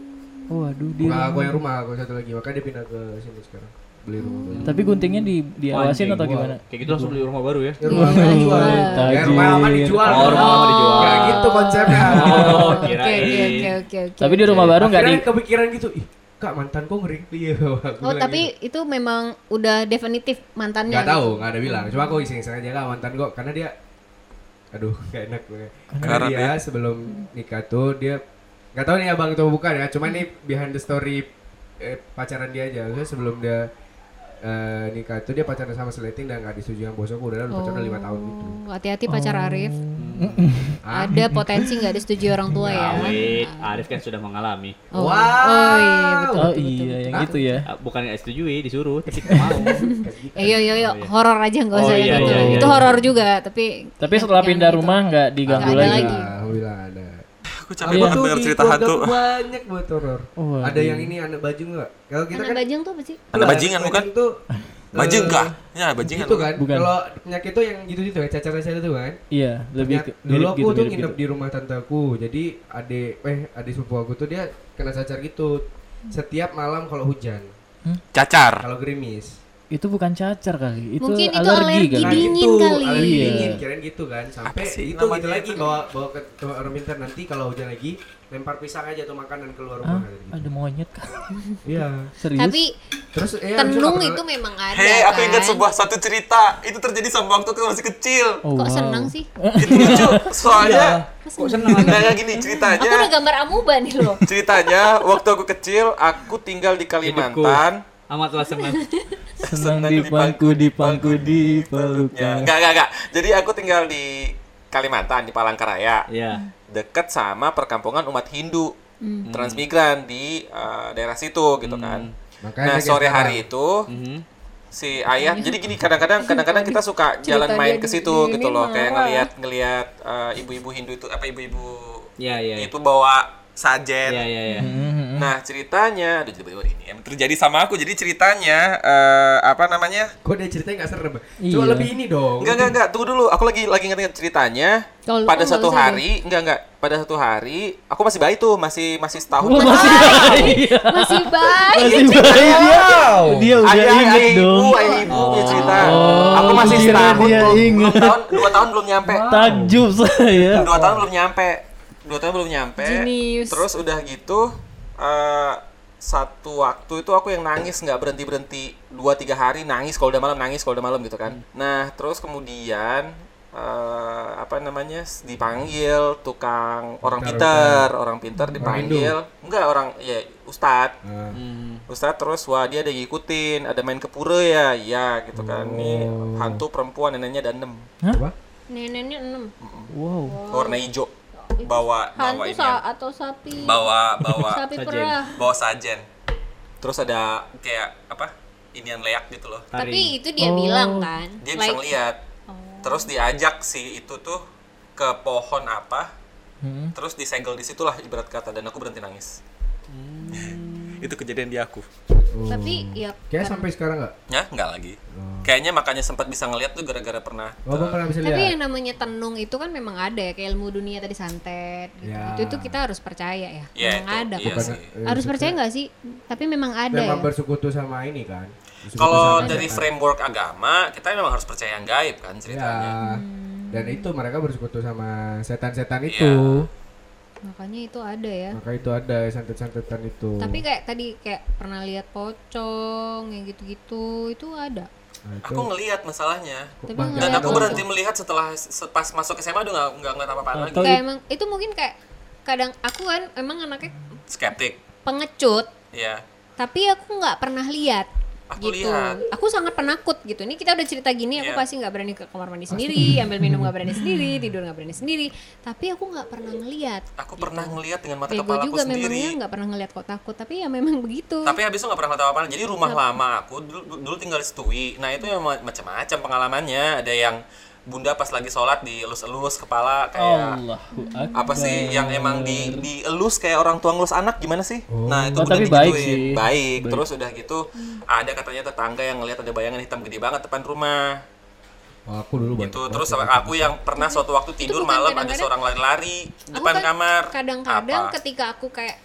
[SPEAKER 6] waduh dia
[SPEAKER 3] kakak aku yang rumah aku satu lagi makanya dia pindah ke sini sekarang beli rumah baru.
[SPEAKER 6] tapi guntingnya di diawasin atau
[SPEAKER 5] Anjing,
[SPEAKER 6] gimana
[SPEAKER 5] gua- Kayak gitu langsung beli rumah baru ya.
[SPEAKER 3] Ya, rumah lama dijual
[SPEAKER 6] Wah,
[SPEAKER 3] ya, rumah lama
[SPEAKER 6] tajir.
[SPEAKER 3] dijual
[SPEAKER 5] Oh, rumah lama dijual.
[SPEAKER 3] Nggak gitu konsepnya
[SPEAKER 5] Oh,
[SPEAKER 2] Oke, oke,
[SPEAKER 5] kirain.
[SPEAKER 2] oke, oke, oke.
[SPEAKER 6] tapi di
[SPEAKER 5] Iya.
[SPEAKER 6] rumah baru nggak di
[SPEAKER 3] akhirnya kepikiran gitu ih kak mantan kok ngeri Iya, aku
[SPEAKER 2] Oh,
[SPEAKER 3] bilang gitu.
[SPEAKER 2] tapi itu memang udah definitif mantannya.
[SPEAKER 3] Gak tahu, gak ada bilang. Cuma aku iseng-iseng aja lah mantan kok karena dia aduh gak enak gue. Karena
[SPEAKER 4] Karena
[SPEAKER 3] dia sebelum nikah tuh dia gak tahu nih abang itu bukan ya. Cuma ini behind the story eh, pacaran dia aja. Maksudnya sebelum dia eh, nikah tuh dia pacaran sama seleting dan gak disetujui sama bosku udah udah pacaran udah lima tahun gitu.
[SPEAKER 2] Oh, Hati-hati pacar Arif.
[SPEAKER 3] Ah.
[SPEAKER 2] Ada potensi nggak disetujui orang tua ya.
[SPEAKER 5] Awet, Ah, Arif kan sudah mengalami.
[SPEAKER 2] Oh,
[SPEAKER 3] Wow.
[SPEAKER 2] oh iya betul.
[SPEAKER 6] oh
[SPEAKER 2] betul, betul,
[SPEAKER 6] iya yang
[SPEAKER 3] Hah?
[SPEAKER 6] gitu ya
[SPEAKER 5] Ah, Bukan yang disetujui, disuruh, tapi nggak
[SPEAKER 2] [laughs]
[SPEAKER 5] mau.
[SPEAKER 2] Eh, yo yo yo,
[SPEAKER 5] Oh, iya.
[SPEAKER 2] horor aja nggak usah
[SPEAKER 5] Oh,
[SPEAKER 2] yang
[SPEAKER 5] iya,
[SPEAKER 2] itu.
[SPEAKER 5] iya, iya,
[SPEAKER 2] itu
[SPEAKER 5] iya.
[SPEAKER 2] horor juga, tapi
[SPEAKER 6] tapi setelah
[SPEAKER 2] jangan
[SPEAKER 6] pindah
[SPEAKER 2] gitu.
[SPEAKER 6] rumah nggak diganggu
[SPEAKER 2] Nggak ada
[SPEAKER 6] lagi
[SPEAKER 2] lagi.
[SPEAKER 3] gitu. Alhamdulillah ada.
[SPEAKER 4] Aku capek banget
[SPEAKER 3] Itu
[SPEAKER 4] denger
[SPEAKER 3] di
[SPEAKER 4] cerita
[SPEAKER 3] Iya. keluarga
[SPEAKER 4] hantu. iya.
[SPEAKER 3] aku Banyak buat horor.
[SPEAKER 6] Oh,
[SPEAKER 3] ada yang ini anak bajing nggak? Kalau kita
[SPEAKER 2] Anak
[SPEAKER 3] kan
[SPEAKER 2] bajing tuh apa sih?
[SPEAKER 4] Anak bajingan bukan?
[SPEAKER 3] Itu eh,
[SPEAKER 4] Bajing enggak? Ya, bajingan.
[SPEAKER 3] gitu kan
[SPEAKER 6] Bukan.
[SPEAKER 3] kalau penyakit itu yang gitu gitu ya cacar-cacar itu kan
[SPEAKER 6] iya lebih
[SPEAKER 3] Penyak-
[SPEAKER 6] ke-
[SPEAKER 3] dulu
[SPEAKER 6] mirip
[SPEAKER 3] aku
[SPEAKER 6] gitu
[SPEAKER 3] tuh
[SPEAKER 6] mirip
[SPEAKER 3] nginep
[SPEAKER 6] gitu
[SPEAKER 3] di rumah tanteku jadi adik eh adik sepupu aku tuh dia kena cacar gitu setiap malam kalau hujan
[SPEAKER 4] Cacar.
[SPEAKER 3] kalau gerimis Nah,
[SPEAKER 6] itu bukan cacar kali itu
[SPEAKER 2] Mungkin itu
[SPEAKER 6] alergi
[SPEAKER 2] alergi
[SPEAKER 6] kan
[SPEAKER 2] di- Dingin kali.
[SPEAKER 3] alergi
[SPEAKER 6] Iya.
[SPEAKER 3] gitu. dingin kirain gitu kan sampai
[SPEAKER 4] Apa sih
[SPEAKER 3] itu gitu
[SPEAKER 4] namanya?
[SPEAKER 3] lagi bawa bawa ke ke orang pintar nanti kalau hujan lagi lempar pisang aja tuh makanan keluar
[SPEAKER 6] Hah?
[SPEAKER 3] rumah gitu.
[SPEAKER 6] ada monyet kan
[SPEAKER 3] iya
[SPEAKER 6] [laughs] serius
[SPEAKER 2] Tapi
[SPEAKER 3] terus eh abis
[SPEAKER 2] tenung
[SPEAKER 3] nggak
[SPEAKER 2] itu
[SPEAKER 3] pernah-
[SPEAKER 2] memang ada.
[SPEAKER 4] Hei, aku ingat
[SPEAKER 2] kan?
[SPEAKER 4] sebuah satu cerita. Itu terjadi sama waktu aku masih kecil.
[SPEAKER 6] Oh,
[SPEAKER 2] Kok
[SPEAKER 6] wow.
[SPEAKER 2] senang sih?
[SPEAKER 4] [laughs] Itu lucu. Soalnya
[SPEAKER 3] Iya.
[SPEAKER 5] Kok seneng
[SPEAKER 4] Nggak, nggak, gini
[SPEAKER 2] gitu. Aku
[SPEAKER 4] ceritanya.
[SPEAKER 2] udah gambar amuba nih loh.
[SPEAKER 4] Ceritanya waktu aku kecil, aku tinggal di Kalimantan.
[SPEAKER 5] Amatlah senang.
[SPEAKER 6] senang di pangku di pangku di
[SPEAKER 3] Hmm.
[SPEAKER 4] Ya,
[SPEAKER 6] pelukan
[SPEAKER 4] enggak, enggak, enggak. Jadi aku tinggal di Kalimantan di
[SPEAKER 3] Iya.
[SPEAKER 4] Palangkaraya,
[SPEAKER 5] Ya.
[SPEAKER 4] dekat sama perkampungan umat Hindu
[SPEAKER 2] Hmm.
[SPEAKER 4] transmigran di eh, daerah situ gitu kan.
[SPEAKER 3] Makanya
[SPEAKER 4] Nah
[SPEAKER 3] Hmm. kayak sekarang.
[SPEAKER 4] sore
[SPEAKER 3] Hmm.
[SPEAKER 4] hari itu
[SPEAKER 5] Mhm.
[SPEAKER 4] si ayah, jadi gini kadang-kadang
[SPEAKER 2] [laughs]
[SPEAKER 4] kadang-kadang kita suka jalan
[SPEAKER 2] Cerita
[SPEAKER 4] main
[SPEAKER 2] dia
[SPEAKER 4] ke
[SPEAKER 2] di-
[SPEAKER 4] situ
[SPEAKER 2] ini
[SPEAKER 4] gitu loh, kayak
[SPEAKER 2] marah.
[SPEAKER 4] ngelihat ngelihat eh, ibu-ibu Hindu itu apa ibu-ibu
[SPEAKER 3] Iya,
[SPEAKER 5] Ya, ya. ya.
[SPEAKER 4] itu bawa sajen.
[SPEAKER 5] Ya, ya, ya.
[SPEAKER 6] Mhm. Mm-hmm. Hmm.
[SPEAKER 4] Nah ceritanya, aduh tiba-tiba ini yang terjadi sama aku. Jadi ceritanya eh, apa namanya?
[SPEAKER 3] kok dia ceritanya nggak serem
[SPEAKER 6] Iya.
[SPEAKER 3] coba lebih ini dong
[SPEAKER 4] Enggak enggak enggak, tunggu dulu. Aku lagi lagi ingat-ingat ceritanya.
[SPEAKER 2] Kalau lu
[SPEAKER 4] pada
[SPEAKER 2] kan
[SPEAKER 4] satu
[SPEAKER 2] nggak usah
[SPEAKER 4] hari, enggak enggak, pada satu hari aku masih bayi tuh, masih masih setahun.
[SPEAKER 2] Oh,
[SPEAKER 4] Ah,
[SPEAKER 6] Wah, masih baik
[SPEAKER 2] Masih
[SPEAKER 6] [laughs]
[SPEAKER 2] baik.
[SPEAKER 6] masih baik dia dia udah
[SPEAKER 4] ayah,
[SPEAKER 6] inget
[SPEAKER 4] ayah,
[SPEAKER 6] dong
[SPEAKER 4] ibu, ayah, ibu punya cerita.
[SPEAKER 6] Oh,
[SPEAKER 4] aku masih
[SPEAKER 6] kira
[SPEAKER 4] setahun,
[SPEAKER 6] dia
[SPEAKER 4] belum,
[SPEAKER 6] inget.
[SPEAKER 4] belum tahun, dua tahun belum nyampe.
[SPEAKER 6] takjub [laughs] saya
[SPEAKER 4] Kan Dua tahun belum nyampe. Dua tahun belum nyampe.
[SPEAKER 2] Jenius.
[SPEAKER 4] Terus udah gitu, eh, satu waktu itu aku yang nangis nggak berhenti berhenti dua tiga hari nangis kalau udah malam nangis kalau udah malam gitu kan. Nah terus kemudian eh, apa namanya s- dipanggil tukang orang
[SPEAKER 3] Pintar,
[SPEAKER 4] pinter orang pinter dipanggil enggak orang ya ustad
[SPEAKER 3] Nah,
[SPEAKER 5] Mhm.
[SPEAKER 4] Ustadz terus wah dia ada ngikutin, ada main ke pura ya, ya gitu kan. Nih hantu perempuan neneknya ada enam,
[SPEAKER 3] apa?
[SPEAKER 2] Neneknya enam.
[SPEAKER 6] wow
[SPEAKER 4] warna hijau, bawa bawa
[SPEAKER 2] Hantu
[SPEAKER 4] ini,
[SPEAKER 2] sa atau sapi?
[SPEAKER 4] bawa
[SPEAKER 2] [laughs]
[SPEAKER 4] bawa
[SPEAKER 2] Sapi perah.
[SPEAKER 4] bawa sajen. Terus ada kayak apa? Inian leak gitu loh.
[SPEAKER 3] Oh.
[SPEAKER 5] Taring.
[SPEAKER 2] Tapi itu dia bilang kan.
[SPEAKER 4] Dia bisa
[SPEAKER 2] like,
[SPEAKER 4] ngeliat. terus diajak si itu tuh ke pohon apa
[SPEAKER 6] Mm-hmm.
[SPEAKER 4] terus disenggol di situlah ibarat kata dan aku berhenti nangis [laughs] itu kejadian di aku
[SPEAKER 2] Tapi ya
[SPEAKER 3] Kayak
[SPEAKER 2] kan-
[SPEAKER 3] Hmm. sampai sekarang nggak?
[SPEAKER 4] ya nggak lagi kayaknya makanya sempat bisa ngeliat tuh gara-gara pernah
[SPEAKER 3] Oh, abang pernah bisa
[SPEAKER 2] Tapi
[SPEAKER 3] lihat?
[SPEAKER 2] yang namanya tenung itu kan memang ada ya kayak ilmu dunia tadi santet gitu.
[SPEAKER 3] Ya.
[SPEAKER 2] Itu itu kita harus percaya ya.
[SPEAKER 4] Iya,
[SPEAKER 2] memang
[SPEAKER 4] itu-
[SPEAKER 2] ada
[SPEAKER 4] iya
[SPEAKER 2] kan.
[SPEAKER 4] sih.
[SPEAKER 3] Bukan, eh,
[SPEAKER 2] Harus
[SPEAKER 3] maksudnya
[SPEAKER 2] percaya nggak sih? Tapi memang ada ya.
[SPEAKER 3] Memang bersekutu sama ini kan? Bersekutu
[SPEAKER 4] kalau
[SPEAKER 3] sama
[SPEAKER 4] dari
[SPEAKER 3] setan.
[SPEAKER 4] framework agama kita memang harus percaya yang gaib kan ceritanya
[SPEAKER 3] Ya.
[SPEAKER 2] Hmm,
[SPEAKER 3] Dan itu mereka bersekutu sama setan-setan
[SPEAKER 4] Iya.
[SPEAKER 3] Ya, itu.
[SPEAKER 2] Makanya itu ada ya.
[SPEAKER 3] Maka itu ada santet-santetan itu.
[SPEAKER 2] Tapi kayak tadi kayak pernah lihat pocong yang gitu-gitu itu ada.
[SPEAKER 3] Nah, itu
[SPEAKER 4] aku ngeliat masalahnya
[SPEAKER 3] kok
[SPEAKER 2] Tapi
[SPEAKER 3] bang,
[SPEAKER 2] ngeliat
[SPEAKER 4] dan
[SPEAKER 2] Iya,
[SPEAKER 4] aku
[SPEAKER 6] gitu.
[SPEAKER 2] betul.
[SPEAKER 4] berhenti melihat setelah se- pas masuk SMA udah nggak nggak ngeliat apa-apa lagi
[SPEAKER 3] Oh,
[SPEAKER 6] Atau
[SPEAKER 2] Kayak emang itu mungkin kayak kadang aku kan emang anaknya
[SPEAKER 4] skeptik
[SPEAKER 2] pengecut,
[SPEAKER 4] ya
[SPEAKER 2] tapi aku nggak pernah lihat
[SPEAKER 4] Aku
[SPEAKER 2] gitu.
[SPEAKER 4] lihat.
[SPEAKER 2] Aku sangat penakut gitu. Ini kita udah cerita gini, aku
[SPEAKER 4] Iya.
[SPEAKER 2] pasti nggak berani ke kamar mandi sendiri, ambil minum nggak berani
[SPEAKER 4] [laughs]
[SPEAKER 2] sendiri, tidur nggak berani sendiri. Tapi aku nggak pernah ngelihat.
[SPEAKER 4] aku pernah ngeliat dengan mata
[SPEAKER 2] Gitu. Bego
[SPEAKER 4] kepala aku
[SPEAKER 2] juga memangnya
[SPEAKER 4] sendiri
[SPEAKER 2] nggak pernah ngelihat kok takut, tapi ya memang begitu.
[SPEAKER 4] tapi habis itu nggak pernah tahu apa jadi rumah lama aku dulu, dulu tinggal di Setui nah itu memang macam-macam pengalamannya ada yang bunda pas lagi sholat dielus-elus kepala kayak
[SPEAKER 2] Oh,
[SPEAKER 6] Allahu Akbar.
[SPEAKER 4] apa sih yang emang di dielus kayak orang tua ngelus anak gimana sih? Nah, itu
[SPEAKER 6] Oh,
[SPEAKER 4] bener
[SPEAKER 6] tapi baik
[SPEAKER 4] digituin.
[SPEAKER 6] sih.
[SPEAKER 4] Baik. Terus udah gitu ada katanya tetangga yang ngelihat ada bayangan hitam gede banget depan rumah.
[SPEAKER 3] oh, aku dulu banyak.
[SPEAKER 4] Itu Gitu, terus sama aku yang pernah suatu waktu tidur
[SPEAKER 2] bukan
[SPEAKER 4] malam ada
[SPEAKER 2] kadang-kadang-
[SPEAKER 4] seorang lari-lari
[SPEAKER 2] Aku
[SPEAKER 4] depan
[SPEAKER 2] kan
[SPEAKER 4] kamar.
[SPEAKER 2] Kadang-kadang
[SPEAKER 4] Apa?
[SPEAKER 2] ketika aku kayak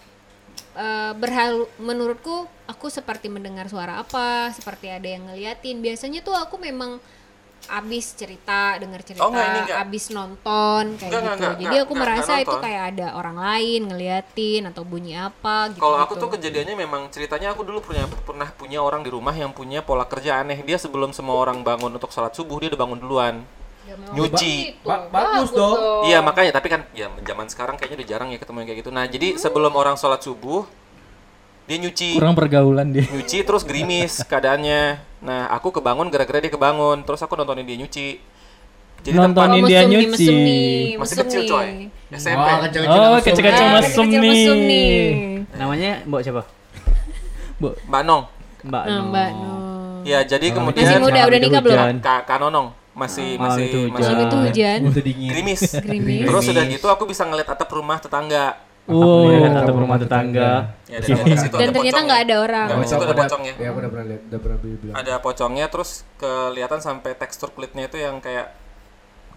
[SPEAKER 2] eh, berhalu menurutku aku seperti mendengar suara apa, seperti ada yang ngeliatin. Biasanya tuh aku memang abis cerita, dengar cerita,
[SPEAKER 4] Oh, enggak, ini enggak.
[SPEAKER 2] abis
[SPEAKER 4] Enggak,
[SPEAKER 2] nonton kayak gitu.
[SPEAKER 4] enggak, enggak,
[SPEAKER 2] Jadi
[SPEAKER 4] enggak,
[SPEAKER 2] aku
[SPEAKER 4] enggak,
[SPEAKER 2] merasa
[SPEAKER 4] enggak
[SPEAKER 2] itu
[SPEAKER 4] nonton.
[SPEAKER 2] kayak ada orang lain ngeliatin atau bunyi apa gitu.
[SPEAKER 4] Kalau aku tuh kejadiannya memang ceritanya aku dulu punya pernah punya orang di rumah yang punya pola kerja aneh. Dia sebelum semua orang bangun untuk sholat subuh dia udah bangun duluan.
[SPEAKER 2] Ya,
[SPEAKER 4] nyuci.
[SPEAKER 3] Ba- bagus dong.
[SPEAKER 2] Oh.
[SPEAKER 4] Iya makanya tapi kan ya zaman sekarang kayaknya udah jarang ya ketemu yang kayak gitu. Nah jadi sebelum orang sholat subuh dia nyuci.
[SPEAKER 6] kurang pergaulan dia.
[SPEAKER 4] nyuci terus gerimis keadaannya. Nah, aku kebangun gara-gara dia kebangun. Terus aku nontonin dia nyuci. Jadi tempat
[SPEAKER 2] Oh,
[SPEAKER 6] Nontonin dia nyuci.
[SPEAKER 4] masih kecil coy. SMP.
[SPEAKER 3] Wah, kecil
[SPEAKER 6] Oh, kecil-kecil mesum nih.
[SPEAKER 5] Namanya Mbak siapa?
[SPEAKER 6] Bu,
[SPEAKER 4] Mbak Nong.
[SPEAKER 5] Mbak
[SPEAKER 2] Nah,
[SPEAKER 5] No.
[SPEAKER 2] Mbak No.
[SPEAKER 4] Ya, jadi
[SPEAKER 2] Masih
[SPEAKER 4] kemudian
[SPEAKER 2] muda, udah nikah belum?
[SPEAKER 4] Kak, Kak Nonong masih
[SPEAKER 5] Malam
[SPEAKER 4] masih
[SPEAKER 5] itu hujan.
[SPEAKER 4] masih
[SPEAKER 2] Malam itu hujan.
[SPEAKER 3] Itu dingin.
[SPEAKER 4] gerimis.
[SPEAKER 2] Gerimis.
[SPEAKER 4] Terus udah gitu aku bisa ngeliat atap rumah tetangga.
[SPEAKER 6] Wow,
[SPEAKER 5] atau Oh, ya, rumah tetangga.
[SPEAKER 4] Ya, dari atas itu ada
[SPEAKER 2] Dan ternyata
[SPEAKER 4] pocongnya.
[SPEAKER 2] nggak ada orang.
[SPEAKER 4] Nggak Itu ada
[SPEAKER 3] Aku udah-
[SPEAKER 4] pocongnya.
[SPEAKER 3] Ya, aku udah pernah lihat, udah pernah bilang.
[SPEAKER 4] Ada pocongnya terus kelihatan sampai tekstur kulitnya itu yang kayak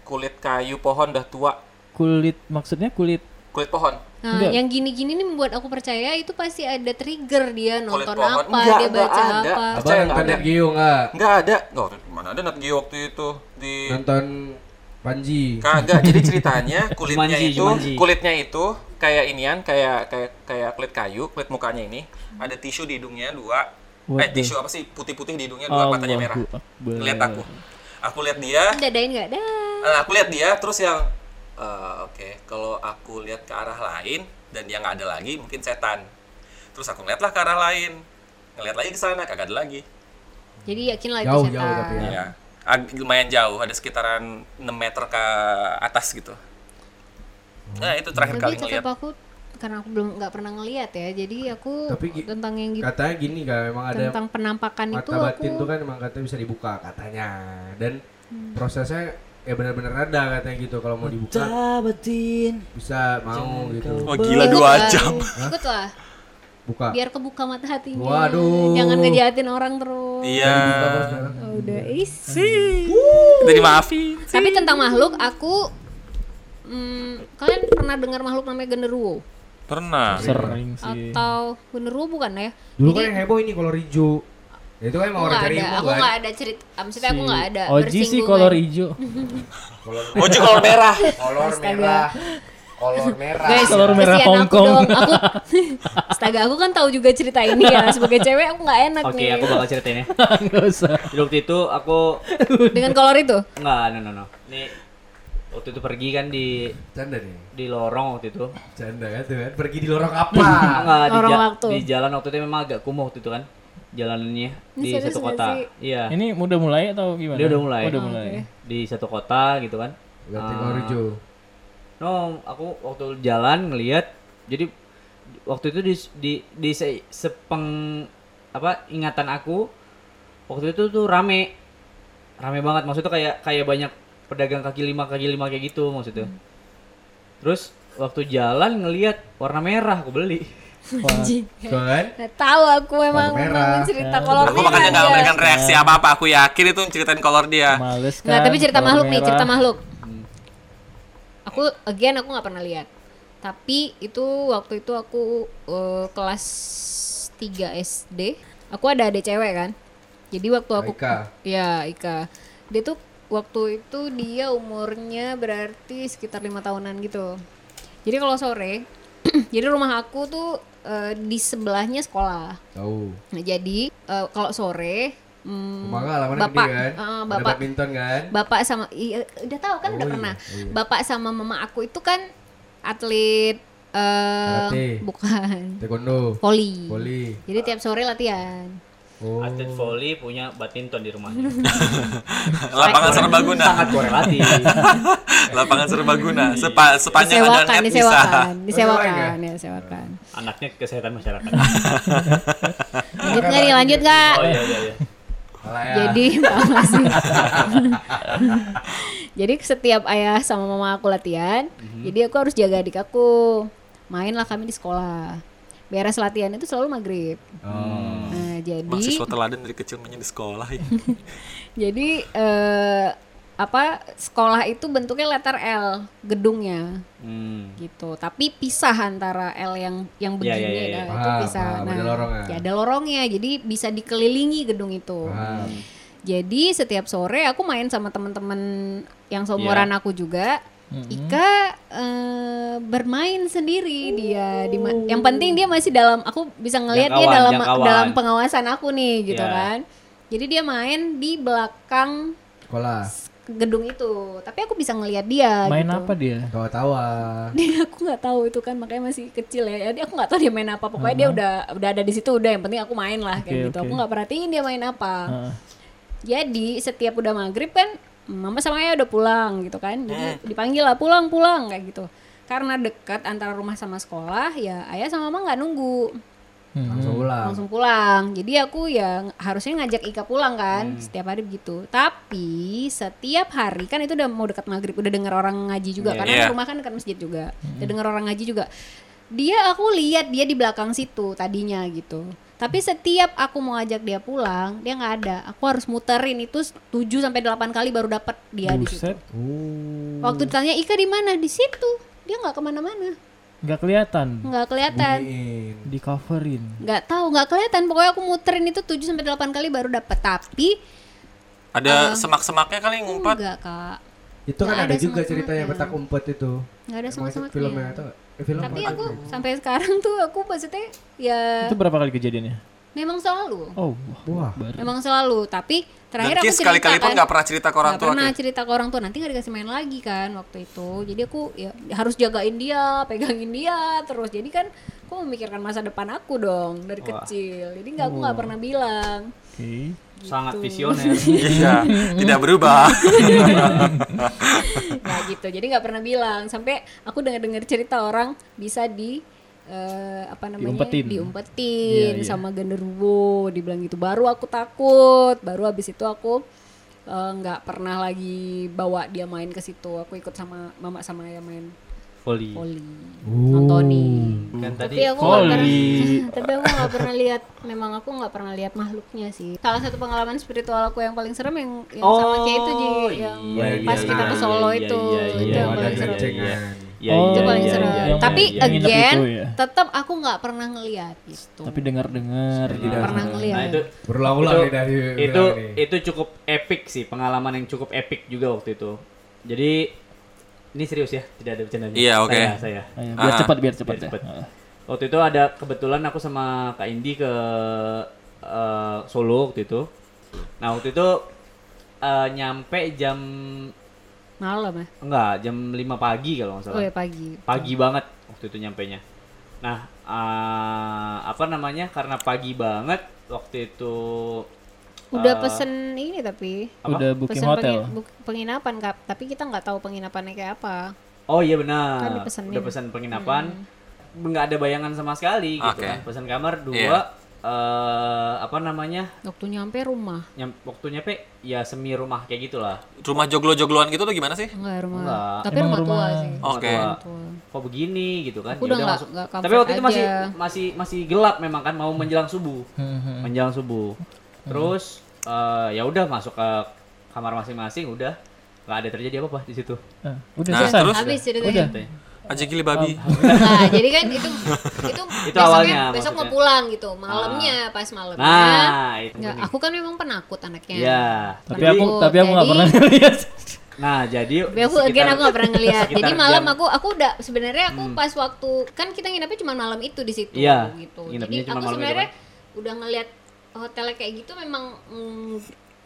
[SPEAKER 4] kulit kayu pohon udah tua.
[SPEAKER 6] kulit maksudnya kulit
[SPEAKER 4] Kulit pohon.
[SPEAKER 2] Nah,
[SPEAKER 6] Enggak.
[SPEAKER 2] yang gini-gini nih membuat aku percaya itu pasti ada trigger dia
[SPEAKER 4] Kulit
[SPEAKER 2] nonton
[SPEAKER 4] pohon.
[SPEAKER 2] apa,
[SPEAKER 4] Enggak,
[SPEAKER 2] dia
[SPEAKER 4] enggak
[SPEAKER 2] baca
[SPEAKER 4] ada.
[SPEAKER 2] apa.
[SPEAKER 3] Abang
[SPEAKER 4] Percaya nggak
[SPEAKER 3] nonton
[SPEAKER 4] ada?
[SPEAKER 3] Nat Geo nggak?
[SPEAKER 4] Nggak ada. Nggak, mana ada Nat Geo waktu itu di
[SPEAKER 3] Nonton Panji.
[SPEAKER 4] Kagak, jadi ceritanya kulitnya
[SPEAKER 5] Jumanji,
[SPEAKER 4] itu
[SPEAKER 5] Jumanji.
[SPEAKER 4] kulitnya itu kayak inian, kayak kayak kayak kulit kayu, kulit mukanya ini. Ada tisu di hidungnya dua. eh,
[SPEAKER 6] What the-
[SPEAKER 4] tisu apa sih? Putih-putih di hidungnya dua, matanya merah.
[SPEAKER 6] Allahu Akbar.
[SPEAKER 4] Lihat aku. Aku lihat dia,
[SPEAKER 2] Dadain nggak ada.
[SPEAKER 4] eh, aku lihat dia terus yang eh, oke, kalau aku lihat ke arah lain dan dia nggak ada lagi, mungkin setan. Terus aku ngeliatlah ke arah lain. Ngeliat lagi ke sana, kagak ada lagi.
[SPEAKER 2] Jadi yakinlah itu
[SPEAKER 3] Jauh,
[SPEAKER 2] setan.
[SPEAKER 3] jauh tapi ya.
[SPEAKER 4] Ya. ag- lumayan jauh, ada sekitaran 6 meter ke atas gitu.
[SPEAKER 2] Hmm.
[SPEAKER 4] Nah, itu terakhir
[SPEAKER 2] Tapi
[SPEAKER 4] kali
[SPEAKER 2] tetap
[SPEAKER 4] ngeliat.
[SPEAKER 2] aku karena aku belum nggak pernah ngelihat ya. Jadi aku
[SPEAKER 3] Tapi gi-
[SPEAKER 2] tentang yang gitu
[SPEAKER 3] Katanya gini kan, memang ada
[SPEAKER 2] tentang penampakan itu
[SPEAKER 3] mata
[SPEAKER 2] aku
[SPEAKER 3] batin tuh kan emang katanya bisa dibuka katanya. Dan
[SPEAKER 2] Hmm.
[SPEAKER 3] prosesnya ya benar-benar ada katanya gitu kalau mau dibuka
[SPEAKER 5] Tabatin.
[SPEAKER 3] bisa mau gitu.
[SPEAKER 4] Oh gila dua jam.
[SPEAKER 2] Ikut lah,
[SPEAKER 3] Buka.
[SPEAKER 2] biar kebuka mata hatinya.
[SPEAKER 3] Waduh.
[SPEAKER 2] Jangan ngejahatin orang terus.
[SPEAKER 4] Iya.
[SPEAKER 2] Oh, udah isi.
[SPEAKER 4] Jadi maafin.
[SPEAKER 2] Tapi tentang makhluk aku hmm, kalian pernah dengar makhluk namanya genderuwo
[SPEAKER 4] Pernah.
[SPEAKER 6] Sering sih.
[SPEAKER 2] atau genderuwo bukan ya?
[SPEAKER 3] Dulu kan yang heboh ini kolor hijau. Ya, itu kan emang orang
[SPEAKER 2] nggak
[SPEAKER 3] cari
[SPEAKER 2] ada,
[SPEAKER 3] ibu
[SPEAKER 2] aku
[SPEAKER 3] kan.
[SPEAKER 2] nggak ada cerita, ah, maksudnya aku
[SPEAKER 6] Si
[SPEAKER 2] nggak ada
[SPEAKER 6] Oji sih kolor hijau.
[SPEAKER 2] [laughs]
[SPEAKER 4] Oji Oh, kolor merah.
[SPEAKER 3] Kolor merah. Kolor merah.
[SPEAKER 2] Guys,
[SPEAKER 6] Kolor merah
[SPEAKER 2] kasihan
[SPEAKER 6] Hong
[SPEAKER 2] Eh, aku
[SPEAKER 6] Kong.
[SPEAKER 2] dong. Aku, [laughs] astaga, aku kan tahu juga cerita ini ya. Sebagai cewek aku nggak enak
[SPEAKER 5] Oke,
[SPEAKER 2] nih.
[SPEAKER 5] aku bakal ceritain
[SPEAKER 2] [laughs]
[SPEAKER 5] ya.
[SPEAKER 6] Enggak usah.
[SPEAKER 5] Jadi waktu itu aku
[SPEAKER 2] Dengan kolor itu.
[SPEAKER 5] enggak, no no no. Nih waktu itu pergi kan di
[SPEAKER 3] Canda nih.
[SPEAKER 5] di lorong waktu itu.
[SPEAKER 3] Canda ya tuh kan. Pergi di lorong apa?
[SPEAKER 5] Enggak, di,
[SPEAKER 2] lorong
[SPEAKER 5] ja-
[SPEAKER 2] waktu.
[SPEAKER 5] di jalan waktu itu memang agak kumuh waktu itu kan. Jalanannya
[SPEAKER 2] Ini
[SPEAKER 5] di
[SPEAKER 2] serius
[SPEAKER 5] satu
[SPEAKER 2] nggak
[SPEAKER 5] kota.
[SPEAKER 2] sih?
[SPEAKER 5] Iya.
[SPEAKER 6] Ini udah mulai atau gimana?
[SPEAKER 5] Dia udah mulai.
[SPEAKER 6] Oh, udah
[SPEAKER 5] Oh,
[SPEAKER 6] mulai.
[SPEAKER 5] Di satu kota gitu kan.
[SPEAKER 3] Ganti
[SPEAKER 5] Ah.
[SPEAKER 3] kolor hijau.
[SPEAKER 5] No, aku waktu jalan ngelihat jadi waktu itu di di, di se- sepeng apa ingatan aku waktu itu tuh rame rame banget maksudnya kayak kayak banyak pedagang kaki lima kaki lima kayak gitu maksudnya terus waktu jalan ngelihat warna merah aku beli
[SPEAKER 2] Anjing.
[SPEAKER 3] Tuh kan?
[SPEAKER 2] Nggak tahu aku memang
[SPEAKER 3] merah.
[SPEAKER 2] memang cerita kolor
[SPEAKER 4] Aku makanya nggak
[SPEAKER 2] merah. iya.
[SPEAKER 4] memberikan reaksi apa-apa. Aku yakin itu ceritain kolor dia.
[SPEAKER 6] Males kan.
[SPEAKER 2] Nah, tapi cerita
[SPEAKER 6] warna
[SPEAKER 2] makhluk nih, cerita
[SPEAKER 6] merah.
[SPEAKER 2] makhluk.
[SPEAKER 3] Hmm.
[SPEAKER 2] Aku again aku nggak pernah lihat. Tapi itu waktu itu aku eh, kelas 3 SD. Aku ada adik cewek kan. Jadi waktu aku
[SPEAKER 3] Aika.
[SPEAKER 2] Ya, Ika. Dia tuh waktu itu dia umurnya berarti sekitar lima tahunan gitu. Jadi kalau sore, [clears throat] jadi rumah aku tuh eh, di sebelahnya sekolah.
[SPEAKER 3] Tahu.
[SPEAKER 2] Nah, jadi eh, kalau sore mm,
[SPEAKER 3] Rumah kan lamaran gede
[SPEAKER 2] bapak,
[SPEAKER 3] kan?
[SPEAKER 2] eh,
[SPEAKER 3] Ada
[SPEAKER 2] bapak
[SPEAKER 3] badminton kan?
[SPEAKER 2] bapak sama iya, udah tahu kan
[SPEAKER 3] Oh
[SPEAKER 2] udah
[SPEAKER 3] iya,
[SPEAKER 2] pernah.
[SPEAKER 3] oh iya.
[SPEAKER 2] Bapak sama mama aku itu kan atlet eh
[SPEAKER 3] Karate.
[SPEAKER 2] bukan
[SPEAKER 3] Taekwondo.
[SPEAKER 2] voli.
[SPEAKER 3] Voli.
[SPEAKER 2] Jadi tiap sore latihan.
[SPEAKER 3] Oh.
[SPEAKER 5] atlet volley punya badminton di rumahnya
[SPEAKER 4] Lapangan serbaguna.
[SPEAKER 5] sangat korelatif
[SPEAKER 4] Lapangan serbaguna. Sepa, sepanjang ada net bisa.
[SPEAKER 2] Iya. disewakan, disewakan,
[SPEAKER 3] Oh,
[SPEAKER 2] disewakan,
[SPEAKER 3] sewakan
[SPEAKER 2] ya, disewakan.
[SPEAKER 5] [laughs] anaknya kesehatan masyarakat
[SPEAKER 3] Oh, iya.
[SPEAKER 2] Lanjut nggak nih, lanjut nggak?
[SPEAKER 5] oh iya iya iya
[SPEAKER 3] Salah ya.
[SPEAKER 2] Jadi apa sih? [laughs] jadi setiap ayah sama mama aku latihan,
[SPEAKER 3] Mhm.
[SPEAKER 2] jadi aku harus jaga adik aku. Mainlah kami di sekolah. Beres latihan itu selalu maghrib.
[SPEAKER 3] Oh.
[SPEAKER 2] Nah, jadi
[SPEAKER 4] Mahasiswa teladan dari kecil main di sekolah. ya.
[SPEAKER 2] jadi eh, apa sekolah itu bentuknya letter L gedungnya
[SPEAKER 5] hmm.
[SPEAKER 2] gitu. Tapi pisah antara L yang yang
[SPEAKER 5] Ya,
[SPEAKER 2] begini
[SPEAKER 5] ya, ya, ya.
[SPEAKER 2] nah, itu
[SPEAKER 3] Paham,
[SPEAKER 2] pisah.
[SPEAKER 3] paham.
[SPEAKER 2] Nah,
[SPEAKER 3] Ada lorongnya.
[SPEAKER 2] ya ada lorongnya. Jadi bisa dikelilingi gedung itu.
[SPEAKER 3] Paham.
[SPEAKER 2] Jadi setiap sore aku main sama temen-temen yang seumuran
[SPEAKER 6] Iya.
[SPEAKER 2] aku juga. Ika eh, bermain sendiri dia. Di ma- yang penting dia masih dalam aku bisa ngelihat dia
[SPEAKER 5] Jangkauan,
[SPEAKER 2] dalam
[SPEAKER 5] jangkauan.
[SPEAKER 2] dalam pengawasan aku nih gitu
[SPEAKER 5] Iya.
[SPEAKER 2] kan. Jadi dia main di belakang
[SPEAKER 3] Sekolah.
[SPEAKER 2] gedung itu. Tapi aku bisa ngelihat dia.
[SPEAKER 6] Main
[SPEAKER 2] gitu.
[SPEAKER 6] apa dia?
[SPEAKER 3] Tawa-tawa.
[SPEAKER 2] [laughs] Dia aku nggak tahu itu kan makanya masih kecil ya. Jadi aku nggak tahu dia main apa. Pokoknya dia udah udah ada di situ udah. Yang penting aku main lah kayak
[SPEAKER 6] Oke,
[SPEAKER 2] gitu.
[SPEAKER 6] oke.
[SPEAKER 2] Aku nggak perhatiin dia main apa.
[SPEAKER 6] Heeh.
[SPEAKER 2] Jadi setiap udah maghrib kan mama sama ayah udah pulang gitu kan. Jadi dipanggil lah pulang pulang kayak gitu. Karena dekat antara rumah sama sekolah ya ayah sama mama nggak nunggu
[SPEAKER 6] Hmm.
[SPEAKER 3] Langsung pulang.
[SPEAKER 2] langsung pulang. Jadi aku ya ng- harusnya ngajak Ika pulang kan setiap hari begitu. Tapi setiap hari kan itu udah mau dekat maghrib udah dengar orang ngaji juga
[SPEAKER 5] Iya.
[SPEAKER 2] karena
[SPEAKER 4] Iya.
[SPEAKER 2] rumah kan dekat masjid juga. Udah dengar orang ngaji juga. Dia aku lihat dia di belakang situ tadinya gitu. Tapi setiap aku mau ajak dia pulang, dia nggak ada. Aku harus muterin itu 7 sampai 8 kali baru dapat dia Iya, di situ.
[SPEAKER 6] Buset,
[SPEAKER 3] Oh.
[SPEAKER 2] Waktu ditanya Ika di mana? Di situ. Dia nggak kemana-mana,
[SPEAKER 6] nggak kelihatan.
[SPEAKER 2] nggak kelihatan.
[SPEAKER 3] Bunyiin.
[SPEAKER 6] Di coverin.
[SPEAKER 2] nggak tahu nggak kelihatan pokoknya aku muterin itu 7 sampai 8 kali baru dapet tapi [laughs] Ah.
[SPEAKER 4] Ada semak-semaknya kali yang ngumpat.
[SPEAKER 2] enggak kak
[SPEAKER 3] Itu kan ada
[SPEAKER 2] Nggak ada
[SPEAKER 3] juga
[SPEAKER 2] semak-semaknya.
[SPEAKER 3] ceritanya petak umpet itu.
[SPEAKER 2] nggak ada
[SPEAKER 3] Emang itu
[SPEAKER 2] sama-sama ya.
[SPEAKER 3] filmnya atau nggak? eh, film
[SPEAKER 2] tapi
[SPEAKER 3] apa?
[SPEAKER 2] aku sampai sekarang tuh aku maksudnya ya
[SPEAKER 6] Itu berapa kali kejadiannya?
[SPEAKER 2] memang selalu
[SPEAKER 6] Oh, wah,
[SPEAKER 3] Wah.
[SPEAKER 6] baru.
[SPEAKER 2] memang selalu tapi
[SPEAKER 4] Dan
[SPEAKER 2] terakhir aku
[SPEAKER 4] Ki
[SPEAKER 2] cerita
[SPEAKER 4] sekali-kali pun
[SPEAKER 2] kan,
[SPEAKER 4] nggak pernah cerita ke orang
[SPEAKER 2] nggak
[SPEAKER 4] tua.
[SPEAKER 2] pernah
[SPEAKER 4] Ki.
[SPEAKER 2] cerita ke orang tua nanti nggak dikasih main lagi kan waktu itu jadi aku ya harus jagain dia pegangin dia terus jadi kan aku memikirkan masa depan aku dong dari kecil jadi nggak aku nggak pernah bilang
[SPEAKER 6] Oke.
[SPEAKER 5] sangat visioner [laughs]
[SPEAKER 4] Iya, tidak berubah.
[SPEAKER 2] [laughs] nah gitu jadi nggak pernah bilang sampai aku dengar dengar cerita orang bisa di eh, apa namanya
[SPEAKER 6] Diumpetin.
[SPEAKER 2] diumpetin
[SPEAKER 6] Iya, iya.
[SPEAKER 2] sama genderuwo dibilang gitu baru aku takut baru abis itu aku eh, nggak pernah lagi bawa dia main ke situ aku ikut sama mama sama ayah main
[SPEAKER 5] volley
[SPEAKER 2] poli
[SPEAKER 6] Oh.
[SPEAKER 2] nontonin
[SPEAKER 5] kan
[SPEAKER 2] tapi
[SPEAKER 5] tadi
[SPEAKER 2] aku nggak
[SPEAKER 6] Volley.
[SPEAKER 2] pernah tapi aku nggak pernah lihat memang aku nggak pernah lihat makhluknya sih salah satu pengalaman spiritual aku yang paling serem yang, yang sama
[SPEAKER 5] Oh,
[SPEAKER 2] kayak itu Ji.
[SPEAKER 5] iya,
[SPEAKER 2] yang pas kita ke Solo itu itu
[SPEAKER 3] iya,
[SPEAKER 2] yang
[SPEAKER 3] iya,
[SPEAKER 2] paling
[SPEAKER 3] iya,
[SPEAKER 2] serem
[SPEAKER 3] iya. cengan.
[SPEAKER 5] Iya,
[SPEAKER 6] Oh,
[SPEAKER 2] itu
[SPEAKER 5] iya,
[SPEAKER 2] paling
[SPEAKER 5] iya,
[SPEAKER 2] seru.
[SPEAKER 5] iya, iya,
[SPEAKER 2] Tapi eh,
[SPEAKER 5] iya.
[SPEAKER 6] yang nginep
[SPEAKER 2] again,
[SPEAKER 6] itu ya.
[SPEAKER 2] tetap aku nggak pernah ngeliat gitu.
[SPEAKER 6] Tapi dengar-dengar.
[SPEAKER 2] nggak pernah ngeliat.
[SPEAKER 5] Nah, itu
[SPEAKER 3] Berulang-ulang
[SPEAKER 5] itu,
[SPEAKER 3] nih dari
[SPEAKER 5] itu,
[SPEAKER 3] bilang nih.
[SPEAKER 5] itu cukup epic sih, pengalaman yang cukup epic juga waktu itu. Jadi ini serius ya, tidak ada bercandanya.
[SPEAKER 4] Iya, oke.
[SPEAKER 5] Saya, saya.
[SPEAKER 6] Ayo, biar
[SPEAKER 4] Ah,
[SPEAKER 6] cepat, biar cepat.
[SPEAKER 5] biar
[SPEAKER 6] ya.
[SPEAKER 5] cepat.
[SPEAKER 6] Heeh.
[SPEAKER 5] Waktu itu ada kebetulan aku sama Kak Indi ke eh, Solo waktu itu. Nah, waktu itu eh, nyampe jam
[SPEAKER 2] Malam ya?
[SPEAKER 5] enggak, jam 5 pagi kalau nggak salah
[SPEAKER 2] Oh ya pagi.
[SPEAKER 5] pagi banget waktu itu nyampenya. Nah, eh, apa namanya? Karena pagi banget waktu itu
[SPEAKER 2] Udah
[SPEAKER 5] eh,
[SPEAKER 2] pesen ini tapi
[SPEAKER 5] Apa?
[SPEAKER 6] Udah booking
[SPEAKER 2] pesen
[SPEAKER 6] hotel.
[SPEAKER 2] pengin- buk- penginapan kak. Tapi kita nggak tahu penginapannya kayak apa.
[SPEAKER 5] Oh iya
[SPEAKER 2] Kan
[SPEAKER 5] benar.
[SPEAKER 2] dipesenin. Mm-hmm.
[SPEAKER 5] Udah pesan penginapan. Nggak ada bayangan sama sekali gitu
[SPEAKER 4] Oke.
[SPEAKER 5] kan. Pesan kamar dua,
[SPEAKER 4] Iya.
[SPEAKER 5] eh apa namanya
[SPEAKER 2] Waktu nyampe rumah.
[SPEAKER 5] nyam, waktu nyampe ya semi rumah kayak gitulah
[SPEAKER 4] Rumah joglo-jogloan gitu tuh gimana sih?
[SPEAKER 2] Enggak rumah.
[SPEAKER 5] Enggak. Oh.
[SPEAKER 2] Tapi
[SPEAKER 6] Emang
[SPEAKER 2] rumah,
[SPEAKER 6] rumah-
[SPEAKER 2] tua sih.
[SPEAKER 4] Oke.
[SPEAKER 2] Rumah tua.
[SPEAKER 5] kok begini gitu kan
[SPEAKER 2] Aku udah
[SPEAKER 5] Ya udah
[SPEAKER 2] nggak-
[SPEAKER 5] masuk.
[SPEAKER 2] nggak
[SPEAKER 5] tapi waktu itu
[SPEAKER 2] comfort
[SPEAKER 5] masih
[SPEAKER 2] aja.
[SPEAKER 5] masih masih gelap memang kan mau menjelang subuh
[SPEAKER 6] Hmm, hmm.
[SPEAKER 5] menjelang subuh terus eh, ya udah masuk ke kamar masing-masing udah nggak ada terjadi apa-apa di situ
[SPEAKER 6] Eh, udah
[SPEAKER 4] Nah,
[SPEAKER 6] selesai.
[SPEAKER 4] terus?
[SPEAKER 2] Habis ceritanya.
[SPEAKER 6] Udah.
[SPEAKER 4] Aja gili babi.
[SPEAKER 2] Nah, jadi kan itu itu,
[SPEAKER 5] [laughs] Itu
[SPEAKER 2] besoknya-
[SPEAKER 5] awalnya
[SPEAKER 2] besok mau
[SPEAKER 5] maksudnya. Ah.
[SPEAKER 2] pulang gitu, malamnya pas malamnya.
[SPEAKER 5] nah itu
[SPEAKER 2] Nggak,
[SPEAKER 5] nih.
[SPEAKER 2] aku kan memang penakut anaknya.
[SPEAKER 5] ya
[SPEAKER 6] Tapi aku
[SPEAKER 2] Jadi-
[SPEAKER 6] tapi aku nggak pernah
[SPEAKER 2] [laughs]
[SPEAKER 6] lihat.
[SPEAKER 5] nah jadi
[SPEAKER 2] Tapi aku
[SPEAKER 5] sekitar-
[SPEAKER 2] again aku gak pernah ngeliat. Jadi
[SPEAKER 5] [laughs] sekitar
[SPEAKER 2] malam
[SPEAKER 5] jam- Hmm.
[SPEAKER 2] aku aku udah sebenarnya aku pas waktu kan kita nginepnya cuma malam itu di situ
[SPEAKER 5] Iya,
[SPEAKER 2] gitu.
[SPEAKER 5] nginepnya
[SPEAKER 2] Jadi
[SPEAKER 5] cuma
[SPEAKER 2] aku
[SPEAKER 5] malam itu kan.
[SPEAKER 2] sebenarnya udah ngeliat hotelnya kayak gitu memang mm,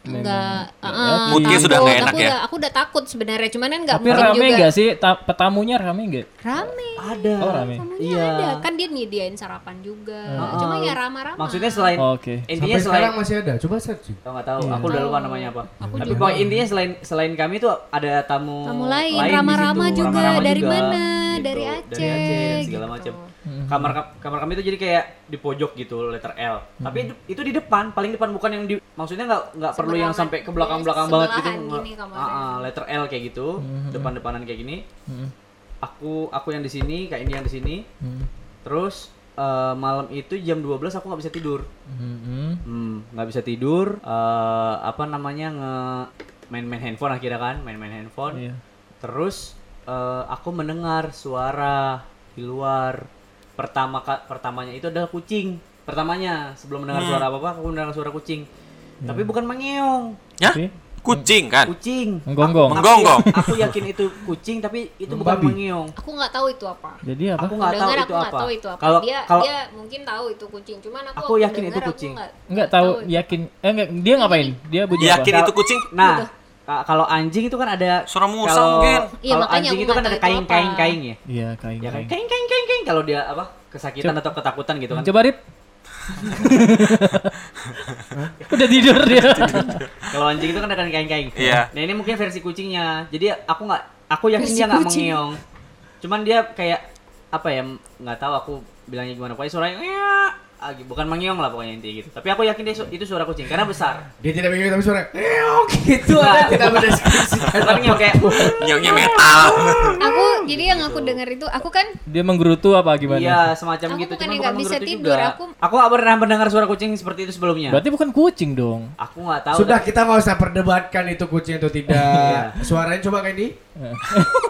[SPEAKER 6] Memang
[SPEAKER 2] nggak
[SPEAKER 6] nggak
[SPEAKER 2] eh,
[SPEAKER 6] happy.
[SPEAKER 4] Moodnya
[SPEAKER 2] takut.
[SPEAKER 4] sudah nggak enak
[SPEAKER 2] aku
[SPEAKER 4] ya?
[SPEAKER 2] Udah, aku udah takut sebenarnya, cuman kan nggak
[SPEAKER 6] Tapi
[SPEAKER 2] mungkin
[SPEAKER 6] rame
[SPEAKER 2] juga.
[SPEAKER 6] nggak sih? Ta- petamunya rame nggak?
[SPEAKER 2] Rame.
[SPEAKER 5] ada
[SPEAKER 6] Oh, rame.
[SPEAKER 2] Tamunya
[SPEAKER 5] iya
[SPEAKER 2] ada. Kan dia nyediain sarapan juga.
[SPEAKER 5] Heeh.
[SPEAKER 2] Cuma ya ramah-ramah.
[SPEAKER 5] maksudnya selain
[SPEAKER 6] Oh, Oke.
[SPEAKER 5] intinya
[SPEAKER 3] Sampai
[SPEAKER 5] selain
[SPEAKER 3] sekarang masih ada. Coba search.
[SPEAKER 5] Oh, nggak tahu, aku udah lupa namanya apa.
[SPEAKER 2] Aku
[SPEAKER 5] Tapi
[SPEAKER 2] juga.
[SPEAKER 5] pokoknya intinya selain selain kami tuh ada tamu
[SPEAKER 2] Tamu lain,
[SPEAKER 5] di
[SPEAKER 2] Rama-Rama
[SPEAKER 5] situ.
[SPEAKER 2] juga.
[SPEAKER 5] Rama-Rama
[SPEAKER 2] Dari
[SPEAKER 5] juga,
[SPEAKER 2] mana?
[SPEAKER 5] gitu.
[SPEAKER 2] Dari
[SPEAKER 5] Dari Aceh
[SPEAKER 2] Aceh,
[SPEAKER 5] dan segala
[SPEAKER 2] gitu.
[SPEAKER 5] macam. Kamar kam- kamar kami tuh jadi kayak di pojok gitu letter L. Tapi itu, itu di depan, paling depan bukan yang di maksudnya nggak nggak perlu
[SPEAKER 2] Sebelahan.
[SPEAKER 5] yang
[SPEAKER 2] Iya,
[SPEAKER 5] sampai ke belakang-belakang banget gitu.
[SPEAKER 2] Sebelahan gini kamarnya.
[SPEAKER 5] Ah, ah, letter L kayak gitu, depan-depanan kayak gini. Aku aku yang di sini, Kak Indi yang di sini.
[SPEAKER 6] Hmm,
[SPEAKER 5] Terus eh, malam itu jam 12 aku nggak bisa tidur.
[SPEAKER 6] Hmm.
[SPEAKER 5] Hmm, nggak bisa tidur. eh, apa namanya nge main-main handphone akhirnya kan, main-main handphone.
[SPEAKER 6] Iya.
[SPEAKER 5] Terus eh, aku mendengar suara di luar. Pertama ka- pertamanya itu adalah kucing. Pertamanya sebelum mendengar
[SPEAKER 6] Hmm.
[SPEAKER 5] suara apa apa, aku mendengar suara kucing.
[SPEAKER 6] Iya.
[SPEAKER 5] Tapi bukan mengeong,
[SPEAKER 4] Ya?
[SPEAKER 6] Tapi-
[SPEAKER 4] Kucing kan?
[SPEAKER 5] kucing.
[SPEAKER 6] Menggonggong.
[SPEAKER 4] Menggonggong.
[SPEAKER 5] Aku yakin itu kucing, tapi itu bukan
[SPEAKER 3] Membabi.
[SPEAKER 5] mengeong.
[SPEAKER 2] Aku nggak tahu itu apa.
[SPEAKER 6] Jadi apa?
[SPEAKER 5] Aku nggak tahu
[SPEAKER 2] Dengar
[SPEAKER 5] itu
[SPEAKER 2] aku nggak
[SPEAKER 5] apa.
[SPEAKER 2] tahu itu apa.
[SPEAKER 5] Kalau
[SPEAKER 2] dia
[SPEAKER 5] kalau
[SPEAKER 2] dia mungkin tahu itu kucing, cuman aku,
[SPEAKER 5] Aku yakin
[SPEAKER 2] dengar
[SPEAKER 5] itu
[SPEAKER 2] aku
[SPEAKER 5] kucing.
[SPEAKER 2] nggak-
[SPEAKER 6] Enggak tahu yakin. Eh enggak, dia ngapain? Dia bunyi apa?
[SPEAKER 4] Yakin itu kucing?
[SPEAKER 5] nah, ka- kalau anjing itu kan ada
[SPEAKER 4] Suara musa
[SPEAKER 5] kalau-
[SPEAKER 4] mungkin.
[SPEAKER 2] Iya,
[SPEAKER 5] Kalau
[SPEAKER 2] makanya
[SPEAKER 5] anjing
[SPEAKER 2] aku
[SPEAKER 5] itu kan
[SPEAKER 2] nggak
[SPEAKER 5] ada
[SPEAKER 2] tahu itu apa.
[SPEAKER 5] kain-kain-kain ya.
[SPEAKER 6] Iya, kain.
[SPEAKER 5] ya kan
[SPEAKER 6] kain.
[SPEAKER 5] keng keng keng keng kalau dia apa kesakitan atau ketakutan gitu kan
[SPEAKER 6] Coba
[SPEAKER 5] [laughs]
[SPEAKER 6] Rip. Udah tidur dia.
[SPEAKER 5] kalau anjing itu kan ada kain kain
[SPEAKER 4] Iya.
[SPEAKER 5] nah ini mungkin versi kucingnya jadi aku nggak aku yakin dia nggak mengeong cuman dia kayak apa ya nggak tahu aku bilangnya gimana pokoknya suaranya "Eak." Ah, gitu. bukan mengeong lah pokoknya intinya gitu tapi aku yakin dia su- itu suara kucing karena besar
[SPEAKER 3] Dia tidak mengirim tapi suara. "Eong," gitu ada
[SPEAKER 5] Nah.
[SPEAKER 3] tidak mendeskripsikan.
[SPEAKER 6] [laughs]
[SPEAKER 5] tapi ngeong kayak
[SPEAKER 4] Nyongnya metal.
[SPEAKER 2] Aku
[SPEAKER 5] Gitu.
[SPEAKER 2] jadi yang aku dengar itu aku kan [laughs]
[SPEAKER 6] dia menggerutu apa gimana?
[SPEAKER 5] Iya, semacam
[SPEAKER 2] Aku
[SPEAKER 5] gitu.
[SPEAKER 2] bukan
[SPEAKER 5] Cuman
[SPEAKER 2] yang nggak
[SPEAKER 5] bukan
[SPEAKER 2] bisa
[SPEAKER 5] menurut itu
[SPEAKER 2] tidur,
[SPEAKER 5] juga.
[SPEAKER 2] aku-
[SPEAKER 5] aku nggak pernah mendengar suara kucing seperti itu sebelumnya.
[SPEAKER 6] Berarti bukan kucing dong.
[SPEAKER 5] Aku nggak tahu.
[SPEAKER 3] Sudah kita nggak usah perdebatkan itu kucing atau tidak.
[SPEAKER 5] Iya.
[SPEAKER 3] Suaranya coba kayak ini.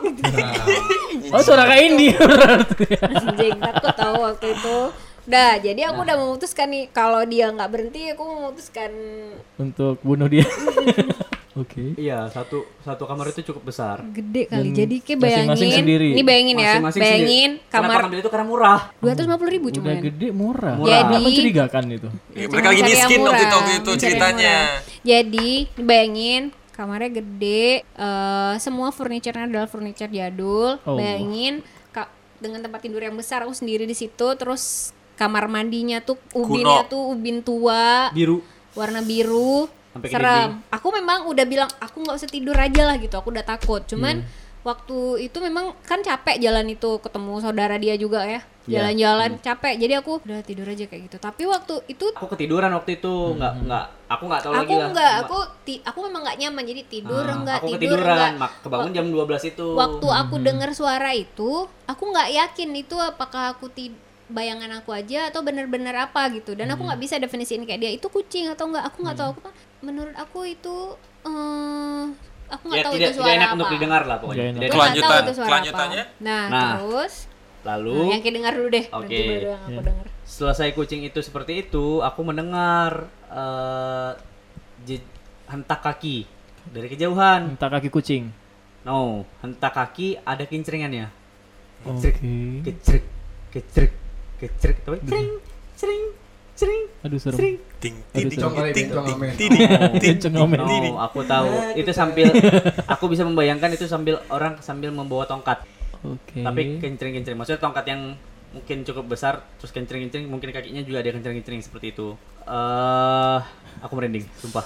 [SPEAKER 5] Iya.
[SPEAKER 6] Oh, suara kayak Indi. [laughs]
[SPEAKER 2] anjing takut tahu waktu itu. Dah, jadi
[SPEAKER 5] Nah.
[SPEAKER 2] aku udah memutuskan nih kalau dia nggak berhenti aku memutuskan
[SPEAKER 6] Untuk bunuh dia. [laughs] Oke.
[SPEAKER 5] Iya, satu satu kamar itu cukup besar.
[SPEAKER 2] gede kali. jadi kayak
[SPEAKER 6] masing-masing
[SPEAKER 2] bayangin,
[SPEAKER 6] sendiri.
[SPEAKER 2] ini bayangin ya,
[SPEAKER 5] Masing-masing
[SPEAKER 2] bayangin
[SPEAKER 5] sendiri.
[SPEAKER 2] kamar
[SPEAKER 5] Kenapa ngambil itu karena murah.
[SPEAKER 2] dua ratus ribu
[SPEAKER 6] Udah
[SPEAKER 2] cuman.
[SPEAKER 6] gede
[SPEAKER 5] Murah.
[SPEAKER 6] murah. Nggak
[SPEAKER 2] Jadi-
[SPEAKER 6] mencurigakan itu.
[SPEAKER 4] Iya, mereka lagi
[SPEAKER 2] Mencari yang
[SPEAKER 4] miskin waktu itu,
[SPEAKER 2] murah,
[SPEAKER 4] waktu itu
[SPEAKER 2] mencari yang
[SPEAKER 4] ceritanya.
[SPEAKER 2] murah. Jadi bayangin kamarnya gede, eh, semua furniture-nya adalah furniture jadul.
[SPEAKER 6] Oh.
[SPEAKER 2] Bayangin ka- dengan tempat tidur yang besar aku sendiri di situ, terus kamar mandinya tuh ubinnya
[SPEAKER 4] Kuno.
[SPEAKER 2] tuh ubin tua,
[SPEAKER 5] Biru.
[SPEAKER 2] warna biru,
[SPEAKER 5] Sampai ke
[SPEAKER 2] serem. Aku memang udah bilang aku nggak usah tidur aja lah gitu, aku udah takut. Cuman waktu itu memang kan capek jalan itu ketemu saudara dia juga ya jalan-jalan capek jadi aku udah tidur aja kayak gitu tapi waktu itu
[SPEAKER 5] Aku ketiduran waktu itu, nggak nggak. Aku nggak tahu lagi
[SPEAKER 2] aku
[SPEAKER 5] lah.
[SPEAKER 2] enggak,
[SPEAKER 5] Cuma-
[SPEAKER 2] aku ti- aku memang enggak nyaman jadi tidur
[SPEAKER 5] Ah,
[SPEAKER 2] enggak
[SPEAKER 5] aku
[SPEAKER 2] tidur
[SPEAKER 5] ketiduran, Hmm.
[SPEAKER 2] enggak.
[SPEAKER 5] mak kebangun jam 12 itu.
[SPEAKER 2] Waktu aku dengar suara itu, aku enggak yakin itu apakah aku ti- bayangan aku aja atau bener-bener apa gitu. Dan
[SPEAKER 5] Hmm.
[SPEAKER 2] aku nggak bisa definisiin kayak dia itu kucing atau enggak. Aku nggak tahu aku kan- menurut aku itu eh, aku nggak
[SPEAKER 5] ya,
[SPEAKER 2] tahu
[SPEAKER 5] tidak,
[SPEAKER 2] itu
[SPEAKER 5] tidak
[SPEAKER 2] suara
[SPEAKER 5] enak
[SPEAKER 2] apa.
[SPEAKER 5] untuk didengar lah pokoknya. Tidak
[SPEAKER 6] Nggak
[SPEAKER 2] Aku
[SPEAKER 5] enak.
[SPEAKER 2] nggak tahu itu
[SPEAKER 4] Kelanjutan-
[SPEAKER 2] suara
[SPEAKER 4] kelanjutannya?
[SPEAKER 2] apa. Nah,
[SPEAKER 5] Nah.
[SPEAKER 2] terus
[SPEAKER 5] Lalu
[SPEAKER 2] nah, yang kita dengar dulu deh.
[SPEAKER 5] Oke. Hmm.
[SPEAKER 2] Nanti baru yang aku dengar.
[SPEAKER 5] selesai kucing itu seperti itu, aku mendengar eh, je- hentak kaki dari kejauhan.
[SPEAKER 6] Entah kaki kucing.
[SPEAKER 5] No, hentak kaki ada kincringannya.
[SPEAKER 6] Oke.
[SPEAKER 5] Kecrik, kecrik, kecrik, tapi cering, cering, cering.
[SPEAKER 6] Aduh serem.
[SPEAKER 5] Cering.
[SPEAKER 4] Ting
[SPEAKER 6] Aduh,
[SPEAKER 4] ting
[SPEAKER 6] [laughs]
[SPEAKER 4] ting
[SPEAKER 3] serem.
[SPEAKER 4] ting ting
[SPEAKER 3] Congolin,
[SPEAKER 4] ting ting
[SPEAKER 6] Cengome.
[SPEAKER 5] No, Oh, Nah, aku tahu. Itu sambil aku bisa membayangkan itu sambil orang sambil membawa tongkat.
[SPEAKER 6] Oke.
[SPEAKER 5] tapi kencring kencring maksudnya tongkat yang mungkin cukup besar terus kencring kencring mungkin kakinya juga ada kencring kencring seperti itu eh aku merinding sumpah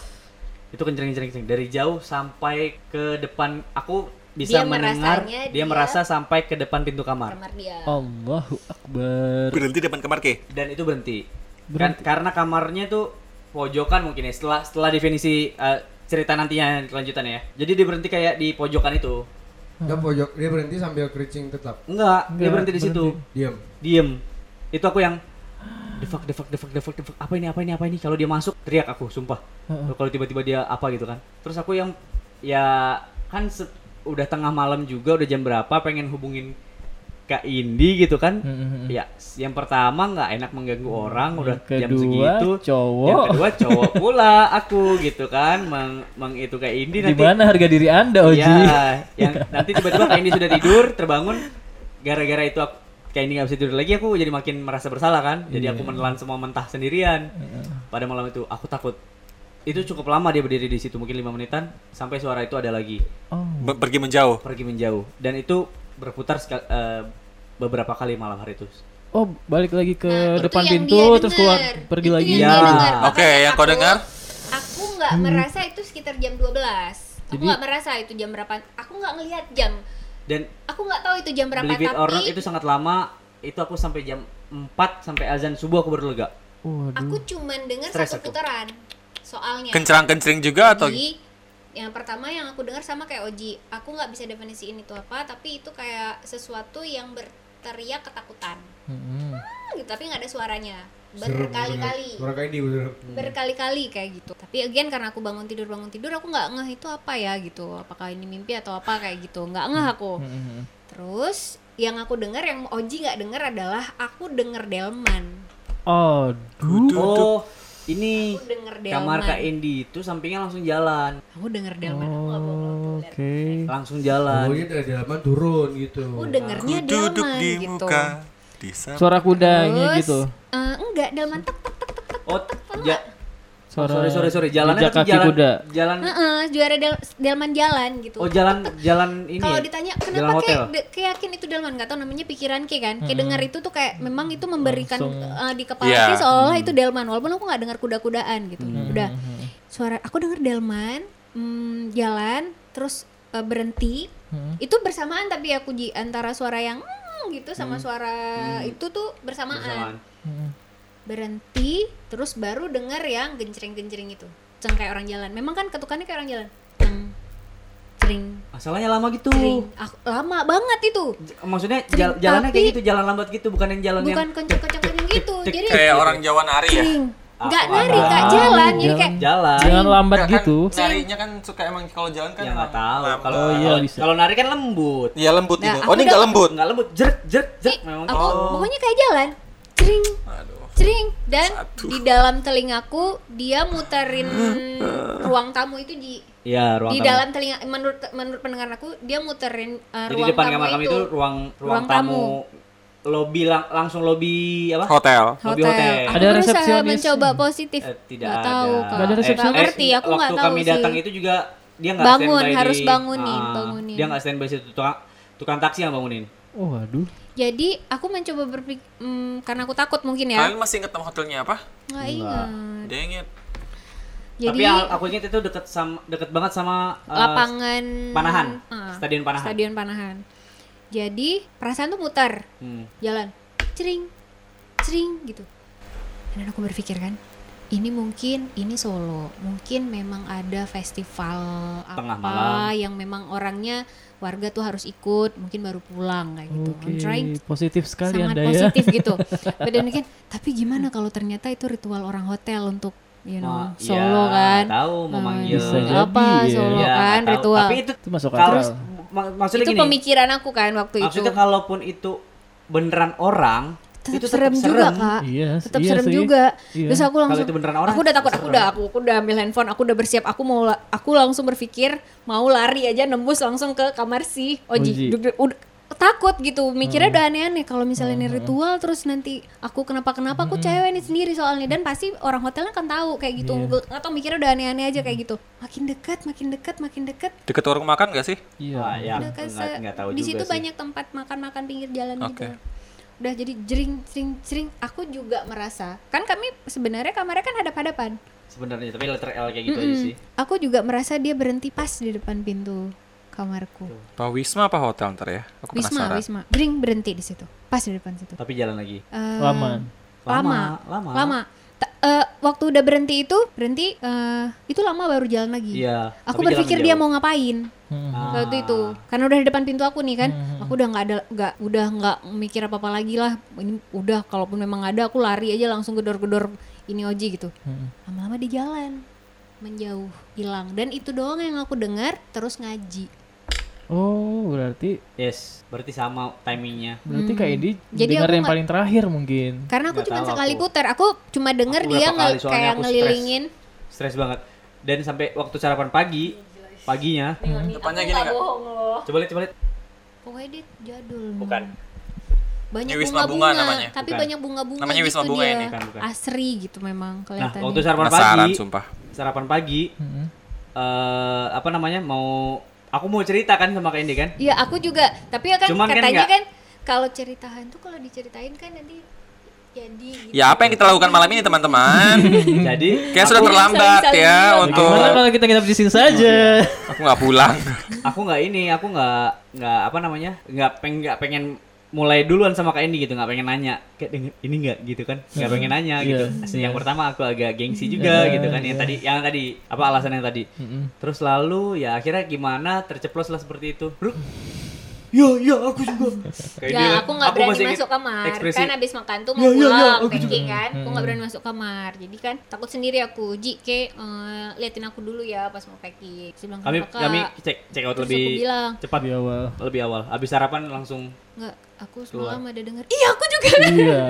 [SPEAKER 5] itu kencring kencring kencring. dari jauh sampai ke depan aku bisa
[SPEAKER 2] Dia
[SPEAKER 5] mendengar
[SPEAKER 2] merasanya
[SPEAKER 5] dia,
[SPEAKER 2] dia-
[SPEAKER 5] merasa sampai ke depan pintu kamar
[SPEAKER 2] Kamar dia.
[SPEAKER 6] Allahu Akbar.
[SPEAKER 4] Berhenti depan kamar ke.
[SPEAKER 5] dan itu berhenti Kan- karena kamarnya tuh pojokan mungkin ya setelah setelah definisi eh, cerita nantinya kelanjutannya ya. Jadi dia berhenti kayak di pojokan itu.
[SPEAKER 3] Dia pojok, dia berhenti sambil kericing tetap.
[SPEAKER 5] Enggak, dia
[SPEAKER 6] Enggak,
[SPEAKER 5] berhenti di situ.
[SPEAKER 6] berhenti.
[SPEAKER 3] Diam.
[SPEAKER 5] Diem. Itu aku yang the fuck, the fuck, the fuck, the fuck, the fuck. Apa ini, apa ini, apa ini? Kalau dia masuk, teriak aku, sumpah. Kalau tiba-tiba dia apa gitu kan. Terus aku yang ya kan se- udah tengah malam juga, udah jam berapa pengen hubungin Kak Indi gitu kan.
[SPEAKER 6] Mm-mm.
[SPEAKER 5] Ya, s- yang pertama nggak enak mengganggu orang, udah
[SPEAKER 6] Yang
[SPEAKER 5] jam
[SPEAKER 6] kedua,
[SPEAKER 5] segitu.
[SPEAKER 6] cowok.
[SPEAKER 5] Yang kedua cowok pula aku gitu kan, meng, meng itu Kak Indi
[SPEAKER 6] Di
[SPEAKER 5] nanti
[SPEAKER 6] mana harga diri Anda, Oji?
[SPEAKER 5] Iya, yang nanti tiba-tiba kayak ini sudah tidur, terbangun, gara-gara itu aku kayak ini nggak bisa tidur lagi, aku jadi makin merasa bersalah kan. Jadi aku menelan semua mentah sendirian. Pada malam itu aku takut. Itu cukup lama dia berdiri di situ, mungkin lima menitan, sampai suara itu ada lagi,
[SPEAKER 6] Oh.
[SPEAKER 4] Be- pergi menjauh.
[SPEAKER 5] pergi menjauh. Dan itu berputar sekal- eh, beberapa kali malam hari itu.
[SPEAKER 6] Oh, balik lagi ke
[SPEAKER 2] Nah, itu
[SPEAKER 6] depan
[SPEAKER 2] yang
[SPEAKER 6] pintu
[SPEAKER 2] dia
[SPEAKER 6] terus keluar
[SPEAKER 2] dengar.
[SPEAKER 6] pergi
[SPEAKER 2] Itu
[SPEAKER 6] lagi. Hmm.
[SPEAKER 2] yang dia
[SPEAKER 5] Ya.
[SPEAKER 2] dengar. Makanya
[SPEAKER 4] Oke, yang kau
[SPEAKER 2] aku-
[SPEAKER 4] dengar?
[SPEAKER 2] Aku nggak merasa itu sekitar jam 12. Aku
[SPEAKER 6] Jadi-
[SPEAKER 2] nggak merasa itu jam berapa. Aku nggak ngelihat jam.
[SPEAKER 5] Dan
[SPEAKER 2] Aku nggak tahu itu jam berapa
[SPEAKER 5] believe it or not
[SPEAKER 2] tapi
[SPEAKER 5] itu sangat lama. Itu aku sampai jam 4 sampai azan subuh aku baru lega.
[SPEAKER 6] Waduh.
[SPEAKER 2] aku cuman dengar
[SPEAKER 5] Stres
[SPEAKER 2] satu
[SPEAKER 5] aku.
[SPEAKER 2] putaran. Soalnya
[SPEAKER 4] Kencrang-kencring juga atau
[SPEAKER 2] Jadi, yang pertama yang aku dengar sama kayak Oji, aku nggak bisa definisiin itu apa, tapi itu kayak sesuatu yang berteriak ketakutan.
[SPEAKER 6] Mm-mm.
[SPEAKER 2] Hmm, gitu, tapi nggak ada suaranya.
[SPEAKER 3] Serem,
[SPEAKER 2] Berkali-kali.
[SPEAKER 3] Suara kayak ini bener.
[SPEAKER 5] Hmm.
[SPEAKER 2] berkali-kali kayak gitu tapi again karena aku bangun tidur bangun tidur aku nggak ngeh itu apa ya gitu apakah ini mimpi atau apa kayak gitu nggak
[SPEAKER 5] Hmm.
[SPEAKER 2] ngeh aku
[SPEAKER 6] Mm-mm.
[SPEAKER 2] terus yang aku dengar yang Oji nggak dengar adalah aku denger delman Ah.
[SPEAKER 6] Aduh.
[SPEAKER 5] Oh, ini
[SPEAKER 2] aku denger delman
[SPEAKER 5] kamar Kak Oh. Indi itu sampingnya langsung jalan.
[SPEAKER 2] aku denger delman aku nggak bohong aku lihat.
[SPEAKER 6] Oke.
[SPEAKER 5] Langsung jalan.
[SPEAKER 6] Oh, iya.
[SPEAKER 3] Pokoknya dari dalaman turun gitu.
[SPEAKER 2] aku dengernya
[SPEAKER 4] duduk
[SPEAKER 2] delman
[SPEAKER 4] di
[SPEAKER 2] gitu
[SPEAKER 4] muka di sana.
[SPEAKER 6] Suara kudanya
[SPEAKER 2] terus
[SPEAKER 6] gitu.
[SPEAKER 2] eh, enggak delman tek tek
[SPEAKER 5] Oh, ja Oh, sorry
[SPEAKER 6] Suara
[SPEAKER 5] sorry sorry jalannya
[SPEAKER 6] jejak
[SPEAKER 5] tapi
[SPEAKER 6] kaki
[SPEAKER 5] jalan
[SPEAKER 6] kuda.
[SPEAKER 5] jalan
[SPEAKER 2] Heeh, juara del- delman jalan gitu
[SPEAKER 5] oh jalan jalan ini.
[SPEAKER 2] Kalau
[SPEAKER 5] ya?
[SPEAKER 2] ditanya
[SPEAKER 5] jalan
[SPEAKER 2] kenapa
[SPEAKER 5] hotel. Hmm.
[SPEAKER 2] kayak de- kayak yakin itu delman nggak tahu namanya pikiran kayak kan. Kayak dengar itu tuh kayak memang itu memberikan eh, di kepala
[SPEAKER 4] Iya.
[SPEAKER 2] kayak seolah
[SPEAKER 5] Hmm.
[SPEAKER 2] itu delman walaupun aku nggak dengar kuda-kudaan gitu. Udah suara aku dengar delman mm, jalan terus eh, berhenti.
[SPEAKER 5] Hmm.
[SPEAKER 2] Itu bersamaan tapi aku di antara suara yang "Mm," gitu
[SPEAKER 5] Hmm.
[SPEAKER 2] sama suara itu tuh
[SPEAKER 5] Jalan.
[SPEAKER 2] bersamaan. Berhenti terus baru dengar yang genjreng-genjreng itu. Ceng kayak orang jalan. Memang kan ketukannya kayak orang jalan. Ceng. Jring,
[SPEAKER 5] Masalahnya lama gitu.
[SPEAKER 2] Sering. Aku- lama banget itu.
[SPEAKER 5] J- Maksudnya
[SPEAKER 2] Sering,
[SPEAKER 5] jal- jalannya
[SPEAKER 2] tapi-
[SPEAKER 5] kayak gitu, jalan lambat gitu, bukan yang jalan
[SPEAKER 2] Bukan
[SPEAKER 5] yang
[SPEAKER 2] kenceng-kencengan gitu. Jadi
[SPEAKER 4] Kayak orang Jawa nari ya.
[SPEAKER 5] [laughs]
[SPEAKER 2] sering. Nggak
[SPEAKER 5] Aku
[SPEAKER 2] nari,
[SPEAKER 5] iya. ada.
[SPEAKER 2] nggak jalan. Jadi
[SPEAKER 6] Jalan.
[SPEAKER 2] kayak
[SPEAKER 5] jalan.
[SPEAKER 6] Jangan lambat
[SPEAKER 2] Nah,
[SPEAKER 4] Nggak,
[SPEAKER 6] gitu.
[SPEAKER 4] Kan, narinya kan suka emang kalau jalan kan.
[SPEAKER 5] Ya nggak
[SPEAKER 4] lam-
[SPEAKER 5] tahu.
[SPEAKER 4] lambat.
[SPEAKER 5] Kalau
[SPEAKER 6] Oh, iya,
[SPEAKER 5] kalau-
[SPEAKER 6] bisa.
[SPEAKER 5] kalau nari kan lembut.
[SPEAKER 4] Iya lembut
[SPEAKER 2] Nah,
[SPEAKER 4] ini.
[SPEAKER 2] aku
[SPEAKER 4] Oh ini
[SPEAKER 2] udah-
[SPEAKER 4] nggak lembut.
[SPEAKER 5] Nggak lembut, jerk jerk jerk
[SPEAKER 2] "Ih,
[SPEAKER 5] memang. oh."
[SPEAKER 2] aku pokoknya kayak jalan. Sering.
[SPEAKER 4] Aduh.
[SPEAKER 2] Sering dan di dalam telingaku dia
[SPEAKER 5] [gasps]
[SPEAKER 2] muterin ruang tamu itu di
[SPEAKER 5] Iya, ruang
[SPEAKER 2] di
[SPEAKER 5] tamu.
[SPEAKER 2] dalam telinga menurut menurut pendengar aku dia muterin uh,
[SPEAKER 5] Jadi
[SPEAKER 2] ruang
[SPEAKER 5] depan
[SPEAKER 2] tamu
[SPEAKER 5] kamar kami itu ruang ruang
[SPEAKER 2] Ruang tamu.
[SPEAKER 5] tamu. Lobby lang- langsung lobby apa?
[SPEAKER 4] Hotel.
[SPEAKER 5] Lobby hotel.
[SPEAKER 2] hotel. Aku
[SPEAKER 6] Ada
[SPEAKER 2] berusaha
[SPEAKER 6] resepsionis.
[SPEAKER 2] mencoba positif.
[SPEAKER 5] Eh, tidak
[SPEAKER 2] Nggak
[SPEAKER 5] ada.
[SPEAKER 2] tahu Kak.
[SPEAKER 6] Nggak ada
[SPEAKER 5] Eh,
[SPEAKER 2] Nggak
[SPEAKER 6] resepsionis.
[SPEAKER 2] ngerti, aku nggak
[SPEAKER 5] waktu
[SPEAKER 2] tahu
[SPEAKER 5] kami
[SPEAKER 2] sih.
[SPEAKER 5] datang itu juga dia nggak
[SPEAKER 2] Bangun,
[SPEAKER 5] standby
[SPEAKER 2] harus
[SPEAKER 5] di-
[SPEAKER 2] bangunin,
[SPEAKER 5] Ah,
[SPEAKER 2] bangunin.
[SPEAKER 5] Dia nggak standby situ tukang tukang taksi yang bangunin.
[SPEAKER 2] Gitu
[SPEAKER 6] Oh, waduh.
[SPEAKER 2] Jadi aku mencoba berpikir karena aku takut mungkin
[SPEAKER 5] Kan?
[SPEAKER 2] ya. Hmm.
[SPEAKER 4] Kalian masih inget nama hotelnya apa?
[SPEAKER 2] Nggak ingat.
[SPEAKER 4] Dia inget.
[SPEAKER 2] Jadi
[SPEAKER 5] Tapi al- aku ingat itu deket sama deket banget sama eh,
[SPEAKER 2] lapangan
[SPEAKER 5] Panahan.
[SPEAKER 2] Ah,
[SPEAKER 5] Stadion Panahan.
[SPEAKER 2] Stadion Panahan. Jadi perasaan tuh muter,
[SPEAKER 5] Hmm.
[SPEAKER 2] jalan, cering, cering gitu. Dan aku berpikir kan, ini mungkin ini Solo, mungkin memang ada festival
[SPEAKER 5] Tengah
[SPEAKER 2] apa
[SPEAKER 5] malam.
[SPEAKER 2] yang memang orangnya warga tuh harus ikut, mungkin baru pulang kayak gitu.
[SPEAKER 6] Oke.
[SPEAKER 2] I'm trying
[SPEAKER 6] Positif sekali
[SPEAKER 2] sangat
[SPEAKER 6] Anda ya.
[SPEAKER 2] positif gitu.
[SPEAKER 6] [laughs]
[SPEAKER 2] But then again, tapi gimana kalau ternyata itu ritual orang hotel untuk you know
[SPEAKER 5] Wah, iya,
[SPEAKER 2] Ya, solo kan?
[SPEAKER 5] Tahu mau
[SPEAKER 2] Eh,
[SPEAKER 5] manggil.
[SPEAKER 6] Bisa jadi
[SPEAKER 2] apa
[SPEAKER 6] ya.
[SPEAKER 2] solo
[SPEAKER 5] Iya,
[SPEAKER 2] kan
[SPEAKER 5] nggak tahu.
[SPEAKER 2] ritual.
[SPEAKER 5] Tapi itu
[SPEAKER 6] Itu masuk
[SPEAKER 5] kalau
[SPEAKER 6] akal.
[SPEAKER 5] mak- maksudnya
[SPEAKER 2] itu
[SPEAKER 5] gini.
[SPEAKER 2] pemikiran aku kan waktu itu.
[SPEAKER 5] Maksudnya kalaupun itu beneran orang
[SPEAKER 2] Tetap
[SPEAKER 5] itu
[SPEAKER 2] serem,
[SPEAKER 5] tetap serem.
[SPEAKER 2] juga kak.
[SPEAKER 6] Iya,
[SPEAKER 2] Tetap
[SPEAKER 6] iya
[SPEAKER 2] serem
[SPEAKER 6] sih.
[SPEAKER 2] juga.
[SPEAKER 6] Iya.
[SPEAKER 2] Terus aku langsung
[SPEAKER 5] Kalau itu beneran orang,
[SPEAKER 2] aku udah takut, aku
[SPEAKER 5] serem.
[SPEAKER 2] udah aku, aku udah ambil handphone, aku udah bersiap, aku mau la- aku langsung berpikir mau lari aja nembus langsung ke kamar si
[SPEAKER 6] Oji. Hmm.
[SPEAKER 2] Oji. Duduk- udah- takut gitu mikirnya udah aneh-aneh kalau misalnya ini ritual terus nanti aku kenapa kenapa aku
[SPEAKER 6] Hmm.
[SPEAKER 2] cewek ini sendiri soalnya dan pasti orang hotelnya kan tahu kayak gitu
[SPEAKER 6] Iya.
[SPEAKER 2] atau mikirnya udah aneh-aneh aja
[SPEAKER 6] Hmm.
[SPEAKER 2] kayak gitu makin dekat makin dekat makin dekat
[SPEAKER 4] Deket warung makan gak sih?
[SPEAKER 6] Iya.
[SPEAKER 5] Wah, ya,
[SPEAKER 2] udah kan
[SPEAKER 5] nggak-
[SPEAKER 2] se-
[SPEAKER 5] nggak tahu
[SPEAKER 2] di
[SPEAKER 5] juga
[SPEAKER 2] situ
[SPEAKER 5] sih.
[SPEAKER 2] banyak tempat makan-makan pinggir jalan
[SPEAKER 4] Oke.
[SPEAKER 2] gitu udah jadi jering jering jering aku juga merasa kan kami sebenarnya kamarnya kan hadap-hadapan
[SPEAKER 5] sebenarnya tapi letter L kayak gitu aja
[SPEAKER 2] Mm-mm.
[SPEAKER 5] sih.
[SPEAKER 2] aku juga merasa dia berhenti pas di depan pintu kamarku
[SPEAKER 4] Pak Wisma apa hotel ntar ya? Aku
[SPEAKER 2] Wisma
[SPEAKER 4] penasaran.
[SPEAKER 2] Wisma jering berhenti di situ pas di depan situ
[SPEAKER 5] Tapi jalan lagi.
[SPEAKER 2] Eh,
[SPEAKER 6] Lama. Hmm,
[SPEAKER 2] lama
[SPEAKER 5] Lama, lama.
[SPEAKER 2] Ta- eh, waktu udah berhenti itu berhenti eh, itu lama baru jalan lagi
[SPEAKER 5] Iya,
[SPEAKER 2] aku
[SPEAKER 5] tapi
[SPEAKER 2] berpikir
[SPEAKER 5] jalan
[SPEAKER 2] dia
[SPEAKER 5] jauh.
[SPEAKER 2] mau ngapain
[SPEAKER 6] hmm,
[SPEAKER 5] Ah.
[SPEAKER 2] waktu itu karena udah di depan pintu aku nih kan
[SPEAKER 5] Hmm.
[SPEAKER 2] aku udah nggak ada nggak udah nggak mikir apa apa lagi lah ini udah kalaupun memang ada aku lari aja langsung gedor-gedor ini oji gitu
[SPEAKER 6] hmm.
[SPEAKER 2] lama-lama di jalan menjauh hilang dan itu doang yang aku dengar terus ngaji
[SPEAKER 6] Oh, berarti
[SPEAKER 5] Yes, berarti sama timingnya.
[SPEAKER 6] berarti kayak ini
[SPEAKER 2] Hmm. Jadi aku
[SPEAKER 6] dengar yang
[SPEAKER 2] nggak-
[SPEAKER 6] paling terakhir mungkin.
[SPEAKER 2] karena aku
[SPEAKER 5] Nggak
[SPEAKER 2] cuma
[SPEAKER 5] tahu
[SPEAKER 2] sekali
[SPEAKER 5] aku.
[SPEAKER 2] putar aku cuma denger
[SPEAKER 5] Aku
[SPEAKER 2] dia
[SPEAKER 5] berapa
[SPEAKER 2] ngel-
[SPEAKER 5] kali, soalnya
[SPEAKER 2] kayak
[SPEAKER 5] aku stres.
[SPEAKER 2] ngelilingin
[SPEAKER 5] Stres banget. Dan sampai waktu sarapan pagi, paginya.
[SPEAKER 2] Hmm.
[SPEAKER 4] Depannya gini nggak?
[SPEAKER 5] Coba lihat, coba lihat.
[SPEAKER 2] pokoknya dia jadul
[SPEAKER 5] Bukan.
[SPEAKER 2] banyak
[SPEAKER 4] Ini Wisma Bunga
[SPEAKER 2] bunga-bunga
[SPEAKER 4] namanya.
[SPEAKER 2] tapi
[SPEAKER 5] Bukan.
[SPEAKER 2] banyak bunga-bunga
[SPEAKER 4] Namanya
[SPEAKER 2] gitu
[SPEAKER 4] Wisma Bunga
[SPEAKER 2] dia
[SPEAKER 4] ini.
[SPEAKER 5] Bukan, bukan.
[SPEAKER 2] asri gitu memang
[SPEAKER 5] Nah,
[SPEAKER 2] kelihatannya
[SPEAKER 5] waktu sarapan
[SPEAKER 4] Penasaran,
[SPEAKER 5] pagi,
[SPEAKER 4] sumpah.
[SPEAKER 5] sarapan pagi,
[SPEAKER 6] Heeh.
[SPEAKER 5] eh apa namanya? Mau aku mau cerita kan sama Kak Indi kan?
[SPEAKER 2] Iya aku juga, tapi ya kan
[SPEAKER 5] Cuman kan
[SPEAKER 2] katanya
[SPEAKER 5] nggak-
[SPEAKER 2] kan, kalau cerita hantu kalau diceritain kan nanti jadi gitu.
[SPEAKER 4] Ya apa yang kita lakukan malam ini
[SPEAKER 2] [laughs]
[SPEAKER 4] teman-teman?
[SPEAKER 5] Jadi,
[SPEAKER 4] Kayak sudah
[SPEAKER 2] Aku bisa
[SPEAKER 4] terlambat
[SPEAKER 2] misalnya
[SPEAKER 4] ya
[SPEAKER 2] bilang.
[SPEAKER 4] untuk
[SPEAKER 6] Gimana kalau kita nginep di sini saja?
[SPEAKER 5] Iya.
[SPEAKER 4] aku nggak pulang.
[SPEAKER 5] aku nggak ini, aku nggak nggak apa namanya? nggak peng nggak pengen mulai duluan sama Kak Indi gitu, nggak pengen nanya. Kayak denger- ini nggak gitu kan? Nggak pengen nanya
[SPEAKER 6] Iya.
[SPEAKER 5] gitu. Asli Yang pertama aku agak gengsi juga gitu kan. Yang tadi yang tadi apa alasan yang tadi?
[SPEAKER 6] Heeh.
[SPEAKER 5] Terus lalu ya akhirnya gimana terceplos lah seperti itu. Bro. Ya, ya aku juga. Kayak
[SPEAKER 2] Ya
[SPEAKER 5] dia,
[SPEAKER 2] aku nggak berani
[SPEAKER 5] masih ingat
[SPEAKER 2] masuk kamar,
[SPEAKER 5] ekspresi.
[SPEAKER 2] kan abis makan tuh
[SPEAKER 5] Ya,
[SPEAKER 2] mau
[SPEAKER 5] ya, ya,
[SPEAKER 2] pulang,
[SPEAKER 5] aku Hmm.
[SPEAKER 2] packing kan, aku nggak berani masuk kamar, jadi kan takut sendiri aku, Ji, ke eh, liatin aku dulu ya pas mau packing, Terus dia bilang
[SPEAKER 5] Kami
[SPEAKER 2] "Kakak."
[SPEAKER 5] kami cek check out
[SPEAKER 2] Terus
[SPEAKER 5] lebih
[SPEAKER 2] aku bilang.
[SPEAKER 5] cepat
[SPEAKER 6] Di awal.
[SPEAKER 5] lebih awal. Habis sarapan langsung
[SPEAKER 2] nggak, aku semalam ada denger, iya aku juga,
[SPEAKER 6] Iya.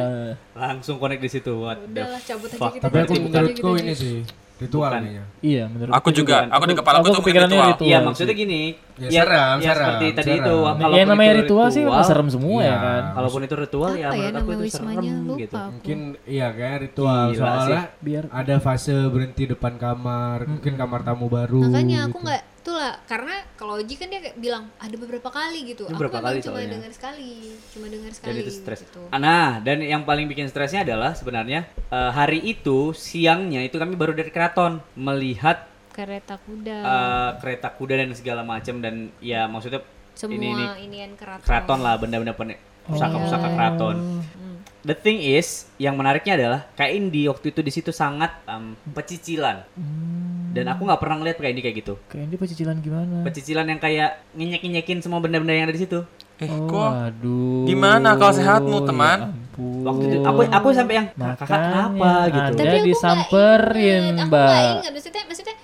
[SPEAKER 5] langsung connect di situ. What the
[SPEAKER 2] udahlah cabut aja gitu.
[SPEAKER 5] fuck.
[SPEAKER 2] kita,
[SPEAKER 3] Tapi aku
[SPEAKER 2] cabut aja
[SPEAKER 3] menurutku
[SPEAKER 2] kita,
[SPEAKER 3] ini
[SPEAKER 2] cabut.
[SPEAKER 3] sih ritual
[SPEAKER 5] Bukan.
[SPEAKER 3] kayaknya.
[SPEAKER 6] Iya, menurut
[SPEAKER 4] Aku juga, aku di kepala aku tuh mungkin
[SPEAKER 6] kepikirannya
[SPEAKER 4] ritual.
[SPEAKER 5] Iya, maksudnya gini.
[SPEAKER 3] Ya, seram,
[SPEAKER 5] ya
[SPEAKER 3] seram,
[SPEAKER 5] seperti tadi
[SPEAKER 3] seram. Ya,
[SPEAKER 5] itu.
[SPEAKER 6] Kalau yang
[SPEAKER 5] kalaupun
[SPEAKER 6] namanya
[SPEAKER 5] itu
[SPEAKER 6] ritual, sih emang serem semua ya
[SPEAKER 3] Iya.
[SPEAKER 6] kan.
[SPEAKER 5] Kalaupun itu ritual ya
[SPEAKER 2] apa ya
[SPEAKER 5] menurut aku
[SPEAKER 2] nama
[SPEAKER 5] itu
[SPEAKER 2] wismanya,
[SPEAKER 5] serem
[SPEAKER 2] lupa
[SPEAKER 5] gitu.
[SPEAKER 2] aku.
[SPEAKER 3] Mungkin iya kayak ritual
[SPEAKER 5] Gila
[SPEAKER 3] soalnya
[SPEAKER 5] sih.
[SPEAKER 6] Biar
[SPEAKER 3] ada fase berhenti depan
[SPEAKER 5] Hmm.
[SPEAKER 3] kamar, mungkin kamar tamu baru.
[SPEAKER 2] Makanya aku
[SPEAKER 3] gitu.
[SPEAKER 2] nggak tuh lah karena kalau Oji kan dia kayak bilang ada beberapa kali gitu.
[SPEAKER 5] Ini
[SPEAKER 2] Aku
[SPEAKER 5] berapa
[SPEAKER 2] memang
[SPEAKER 5] kali
[SPEAKER 2] cuma
[SPEAKER 5] soalnya?
[SPEAKER 2] dengar sekali, cuma dengar
[SPEAKER 5] dan
[SPEAKER 2] sekali.
[SPEAKER 5] itu stres.
[SPEAKER 2] gitu.
[SPEAKER 5] Ah, Nah, dan yang paling bikin stresnya adalah sebenarnya eh, hari itu siangnya itu kami baru dari keraton melihat
[SPEAKER 2] Kereta kuda,
[SPEAKER 5] eh, kereta kuda dan segala macam dan ya maksudnya
[SPEAKER 2] semua
[SPEAKER 5] ini ini
[SPEAKER 2] inian keraton.
[SPEAKER 5] keraton lah benda-benda pen-
[SPEAKER 6] Oh,
[SPEAKER 5] pusaka-pusaka
[SPEAKER 6] iya.
[SPEAKER 5] keraton.
[SPEAKER 6] eh,
[SPEAKER 2] Hmm.
[SPEAKER 5] The thing is, yang menariknya adalah Kak Indi waktu itu di situ sangat em, pecicilan.
[SPEAKER 6] Hmm.
[SPEAKER 5] Dan aku nggak pernah ngeliat Kak Indi kayak gitu.
[SPEAKER 6] kayak ini pecicilan gimana?
[SPEAKER 5] Pecicilan yang kayak nginjek-nginjekin semua benda-benda yang ada di situ.
[SPEAKER 4] Eh,
[SPEAKER 6] Oh,
[SPEAKER 4] kok
[SPEAKER 6] aduh.
[SPEAKER 4] Gimana akal sehatmu, teman?
[SPEAKER 6] Ya ampun.
[SPEAKER 5] Waktu itu aku aku sampai yang "Kak, kakak kenapa gitu.
[SPEAKER 6] Anda
[SPEAKER 2] Tapi aku nggak
[SPEAKER 6] disamperin,
[SPEAKER 2] ingat, aku
[SPEAKER 6] Mbak.
[SPEAKER 2] nggak ingat. Maksudnya, maksudnya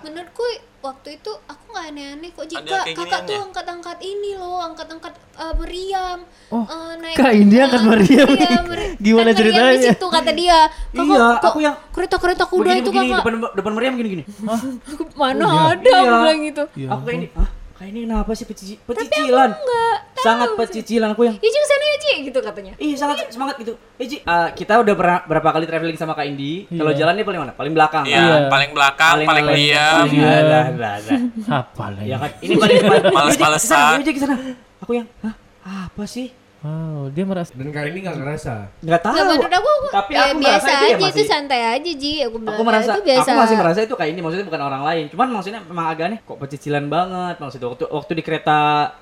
[SPEAKER 2] menurutku waktu itu aku nggak aneh-aneh kok jika
[SPEAKER 4] kayak
[SPEAKER 2] kakak
[SPEAKER 4] ginian
[SPEAKER 2] tuh
[SPEAKER 4] ya?
[SPEAKER 2] angkat-angkat ini loh, angkat-angkat eh, meriam.
[SPEAKER 6] Oh,
[SPEAKER 2] eh, naik
[SPEAKER 6] Kak, ini angkat meriam
[SPEAKER 2] Iya,
[SPEAKER 6] nih.
[SPEAKER 2] meri-
[SPEAKER 6] Gimana
[SPEAKER 2] kan meriam
[SPEAKER 6] ceritanya?
[SPEAKER 2] Di situ kata dia. Kakak,
[SPEAKER 5] Iya,
[SPEAKER 2] kok
[SPEAKER 5] aku yang-
[SPEAKER 2] kereta-kereta kuda
[SPEAKER 5] begini,
[SPEAKER 2] itu
[SPEAKER 5] begini,
[SPEAKER 2] kakak.
[SPEAKER 5] depan depan meriam gini-gini.
[SPEAKER 2] [laughs] Mana ada
[SPEAKER 5] Iya.
[SPEAKER 2] aku bilang gitu.
[SPEAKER 5] aku kayak ini, ah, kayak ini kenapa sih pecici pecicilan? sangat pecicilan aku yang
[SPEAKER 2] Ya cuma sana ya Ci gitu katanya.
[SPEAKER 5] Ih sangat semangat gitu. Eh Ji, eh, kita udah pernah- berapa kali traveling sama Kak Indi? Kalau jalannya paling mana? Paling belakang.
[SPEAKER 4] Iya,
[SPEAKER 5] kan?
[SPEAKER 4] paling belakang, paling, diam.
[SPEAKER 5] Paling ada, ada, ada.
[SPEAKER 6] Apa lah
[SPEAKER 5] Ya
[SPEAKER 6] ya?
[SPEAKER 5] kan, ini paling
[SPEAKER 4] [laughs]
[SPEAKER 5] paling-
[SPEAKER 4] Males-malesan.
[SPEAKER 5] Ji, kesana, ayo, Ji, kesana. Aku yang, hah, apa sih?
[SPEAKER 6] Wow, dia merasa
[SPEAKER 3] Dan kali ini nggak ngerasa.
[SPEAKER 5] Nggak tahu.
[SPEAKER 2] Nggak menurut aku, aku
[SPEAKER 5] Tapi
[SPEAKER 2] ya,
[SPEAKER 5] aku merasa
[SPEAKER 2] biasa
[SPEAKER 5] itu
[SPEAKER 2] aja
[SPEAKER 5] ya
[SPEAKER 2] itu
[SPEAKER 5] masih.
[SPEAKER 2] santai aja Ji aku bilang "Ya,
[SPEAKER 5] aku merasa,
[SPEAKER 2] Nah, itu biasa.
[SPEAKER 5] aku masih merasa itu kayak ini. Maksudnya bukan orang lain. Cuman maksudnya memang agak aneh. Kok pecicilan banget. Maksudnya waktu waktu di kereta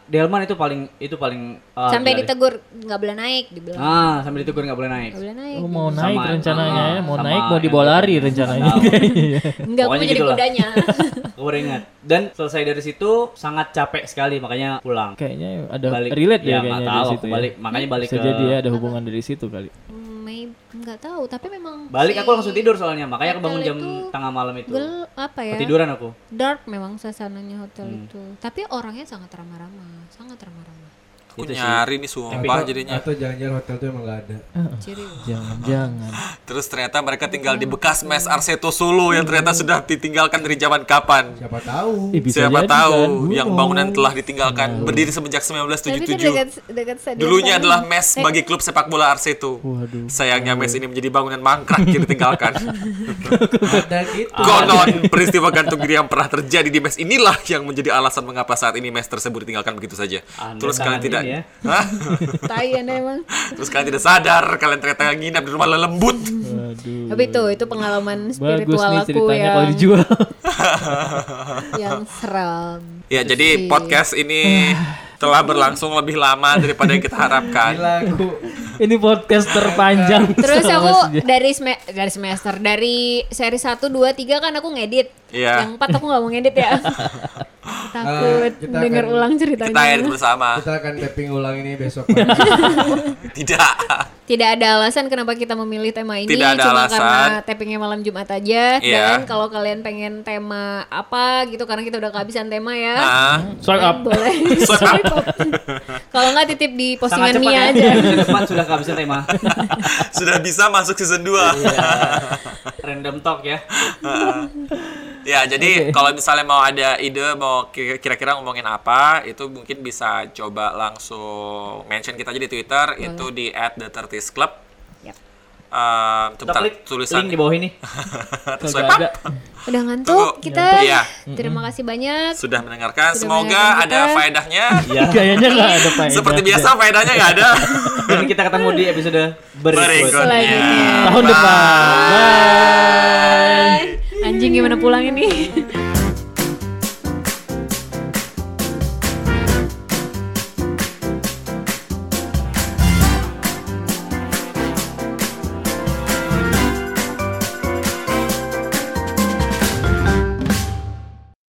[SPEAKER 5] Delman itu paling itu paling. eh,
[SPEAKER 2] sampai
[SPEAKER 5] gila deh.
[SPEAKER 2] ditegur nggak boleh naik dibilang.
[SPEAKER 5] Ah, sampai ditegur nggak boleh naik.
[SPEAKER 2] Nggak boleh naik.
[SPEAKER 6] Oh, mau
[SPEAKER 5] Sama-
[SPEAKER 6] naik rencananya ya, mau
[SPEAKER 5] sama
[SPEAKER 6] naik mau
[SPEAKER 5] yang-
[SPEAKER 6] dibawa lari rencananya. [laughs] Iya.
[SPEAKER 2] Enggak aku
[SPEAKER 5] Pokoknya
[SPEAKER 2] mau jadi
[SPEAKER 5] gitu lah.
[SPEAKER 2] kudanya.
[SPEAKER 5] [laughs] Aku baru ingat. Dan selesai dari situ sangat capek sekali makanya pulang.
[SPEAKER 6] kayaknya ada
[SPEAKER 5] Balik.
[SPEAKER 6] relate
[SPEAKER 5] ya,
[SPEAKER 6] ya,
[SPEAKER 5] nggak
[SPEAKER 6] kayaknya
[SPEAKER 5] tahu,
[SPEAKER 6] dari
[SPEAKER 5] aku
[SPEAKER 6] situ. ya.
[SPEAKER 5] balik. Makanya balik
[SPEAKER 6] Bisa
[SPEAKER 5] ke
[SPEAKER 6] jadi ya ada hubungan dari situ kali.
[SPEAKER 2] Hmm, may- nggak tahu tapi memang
[SPEAKER 5] Balik
[SPEAKER 2] si
[SPEAKER 5] aku langsung tidur soalnya. Makanya aku
[SPEAKER 2] hotel
[SPEAKER 5] bangun jam
[SPEAKER 2] itu
[SPEAKER 5] tengah malam itu.
[SPEAKER 2] Gel apa ya?
[SPEAKER 5] Ketiduran aku. Hmm.
[SPEAKER 2] Dark memang suasananya hotel itu. Tapi orangnya sangat ramah-ramah, sangat ramah-ramah.
[SPEAKER 4] Aku
[SPEAKER 5] Itu sih.
[SPEAKER 4] nyari nih sumpah jadinya.
[SPEAKER 3] Atau jangan-jangan hotel tuh emang nggak ada.
[SPEAKER 5] Hmm. Ah.
[SPEAKER 2] Serius.
[SPEAKER 6] Jangan-jangan.
[SPEAKER 4] Terus ternyata mereka tinggal di bekas mes Arseto Solo yang ternyata sudah ditinggalkan dari zaman kapan.
[SPEAKER 3] Siapa tahu?
[SPEAKER 6] Eh, bisa
[SPEAKER 4] Siapa
[SPEAKER 6] jadi kan?
[SPEAKER 4] tahu
[SPEAKER 6] Wow.
[SPEAKER 4] yang bangunan telah ditinggalkan berdiri semenjak
[SPEAKER 2] Tapi itu
[SPEAKER 4] 1977.
[SPEAKER 2] dekat dekat stadion
[SPEAKER 4] Dulunya
[SPEAKER 2] sana.
[SPEAKER 4] adalah mes bagi klub sepak bola Arseto.
[SPEAKER 6] Waduh.
[SPEAKER 4] Sayangnya mes ini menjadi bangunan mangkrak yang ditinggalkan.
[SPEAKER 3] Dan gitu.
[SPEAKER 4] Konon peristiwa gantung diri yang pernah terjadi di mes inilah yang menjadi alasan mengapa saat ini mes tersebut ditinggalkan begitu saja.
[SPEAKER 5] Anda
[SPEAKER 4] Terus kalian
[SPEAKER 5] sangat
[SPEAKER 4] tidak
[SPEAKER 5] ini ya.
[SPEAKER 4] Hah?
[SPEAKER 2] Tai Anda emang.
[SPEAKER 5] [laughs]
[SPEAKER 4] Terus kalian tidak sadar kalian ternyata nginap di rumah lelembut.
[SPEAKER 6] Waduh.
[SPEAKER 2] Tapi itu itu pengalaman
[SPEAKER 6] Bagus
[SPEAKER 2] spiritual
[SPEAKER 6] nih
[SPEAKER 2] aku ya.
[SPEAKER 6] ceritanya
[SPEAKER 2] yang
[SPEAKER 6] kalau dijual.
[SPEAKER 2] [laughs]
[SPEAKER 6] [laughs]
[SPEAKER 2] yang seram.
[SPEAKER 4] Ya, jadi podcast ini telah berlangsung lebih lama daripada yang kita harapkan.
[SPEAKER 3] Gila aku
[SPEAKER 6] Ini podcast terpanjang.
[SPEAKER 2] Terus
[SPEAKER 6] selama
[SPEAKER 2] aku
[SPEAKER 6] seja-
[SPEAKER 2] dari sme- dari semester dari seri 1 2 3 kan aku ngedit.
[SPEAKER 4] Iya.
[SPEAKER 2] Yang 4 aku nggak mau ngedit
[SPEAKER 4] [laughs]
[SPEAKER 2] ya. Takut
[SPEAKER 3] Eh, kita
[SPEAKER 2] denger
[SPEAKER 3] akan-
[SPEAKER 2] ulang ceritanya.
[SPEAKER 4] Kita edit bersama.
[SPEAKER 3] Kita akan tapping ulang ini besok.
[SPEAKER 5] [laughs]
[SPEAKER 4] Tidak.
[SPEAKER 2] Tidak ada alasan kenapa kita memilih tema ini
[SPEAKER 4] Tidak ada
[SPEAKER 2] cuma
[SPEAKER 4] alasan.
[SPEAKER 2] karena tappingnya malam Jumat aja
[SPEAKER 4] Iya.
[SPEAKER 2] dan kalau kalian pengen tema apa gitu karena kita udah kehabisan tema ya.
[SPEAKER 4] Ah,
[SPEAKER 6] Swipe up.
[SPEAKER 2] Boleh. [laughs] Swipe up. kalau nggak titip di
[SPEAKER 5] Sangat
[SPEAKER 2] postingan
[SPEAKER 5] cepat
[SPEAKER 2] Mia
[SPEAKER 5] ya.
[SPEAKER 2] aja.
[SPEAKER 5] [laughs] Episode depan sudah kehabisan tema.
[SPEAKER 4] [laughs]
[SPEAKER 2] [laughs]
[SPEAKER 4] sudah bisa masuk season 2.
[SPEAKER 5] Iya. Random talk ya.
[SPEAKER 4] ya, jadi kalau misalnya mau ada ide mau ki- kira-kira ngomongin apa, itu mungkin bisa coba langsung mention kita aja di Twitter itu di @the30club.
[SPEAKER 2] Yap.
[SPEAKER 4] Eh,
[SPEAKER 5] Kita
[SPEAKER 4] bentar,
[SPEAKER 5] klik
[SPEAKER 4] tulisan [laughs]
[SPEAKER 5] link di bawah ini.
[SPEAKER 6] Kagak
[SPEAKER 4] swipe up.
[SPEAKER 6] ada.
[SPEAKER 2] Udah ngantuk
[SPEAKER 4] Tunggu.
[SPEAKER 2] kita.
[SPEAKER 4] Iya.
[SPEAKER 2] Terima kasih banyak.
[SPEAKER 4] sudah mendengarkan.
[SPEAKER 2] Sudah
[SPEAKER 4] Semoga
[SPEAKER 2] mendengarkan
[SPEAKER 4] ada
[SPEAKER 2] kita.
[SPEAKER 4] faedahnya.
[SPEAKER 6] Iya, Kayaknya nggak ada
[SPEAKER 4] [laughs]
[SPEAKER 6] faedah.
[SPEAKER 4] Seperti biasa faedahnya nggak ada.
[SPEAKER 5] Dan kita ketemu di episode berikutnya.
[SPEAKER 4] Berikutnya.
[SPEAKER 2] Selanjutnya.
[SPEAKER 6] Tahun depan. Bye.
[SPEAKER 2] Anjing gimana pulang ini?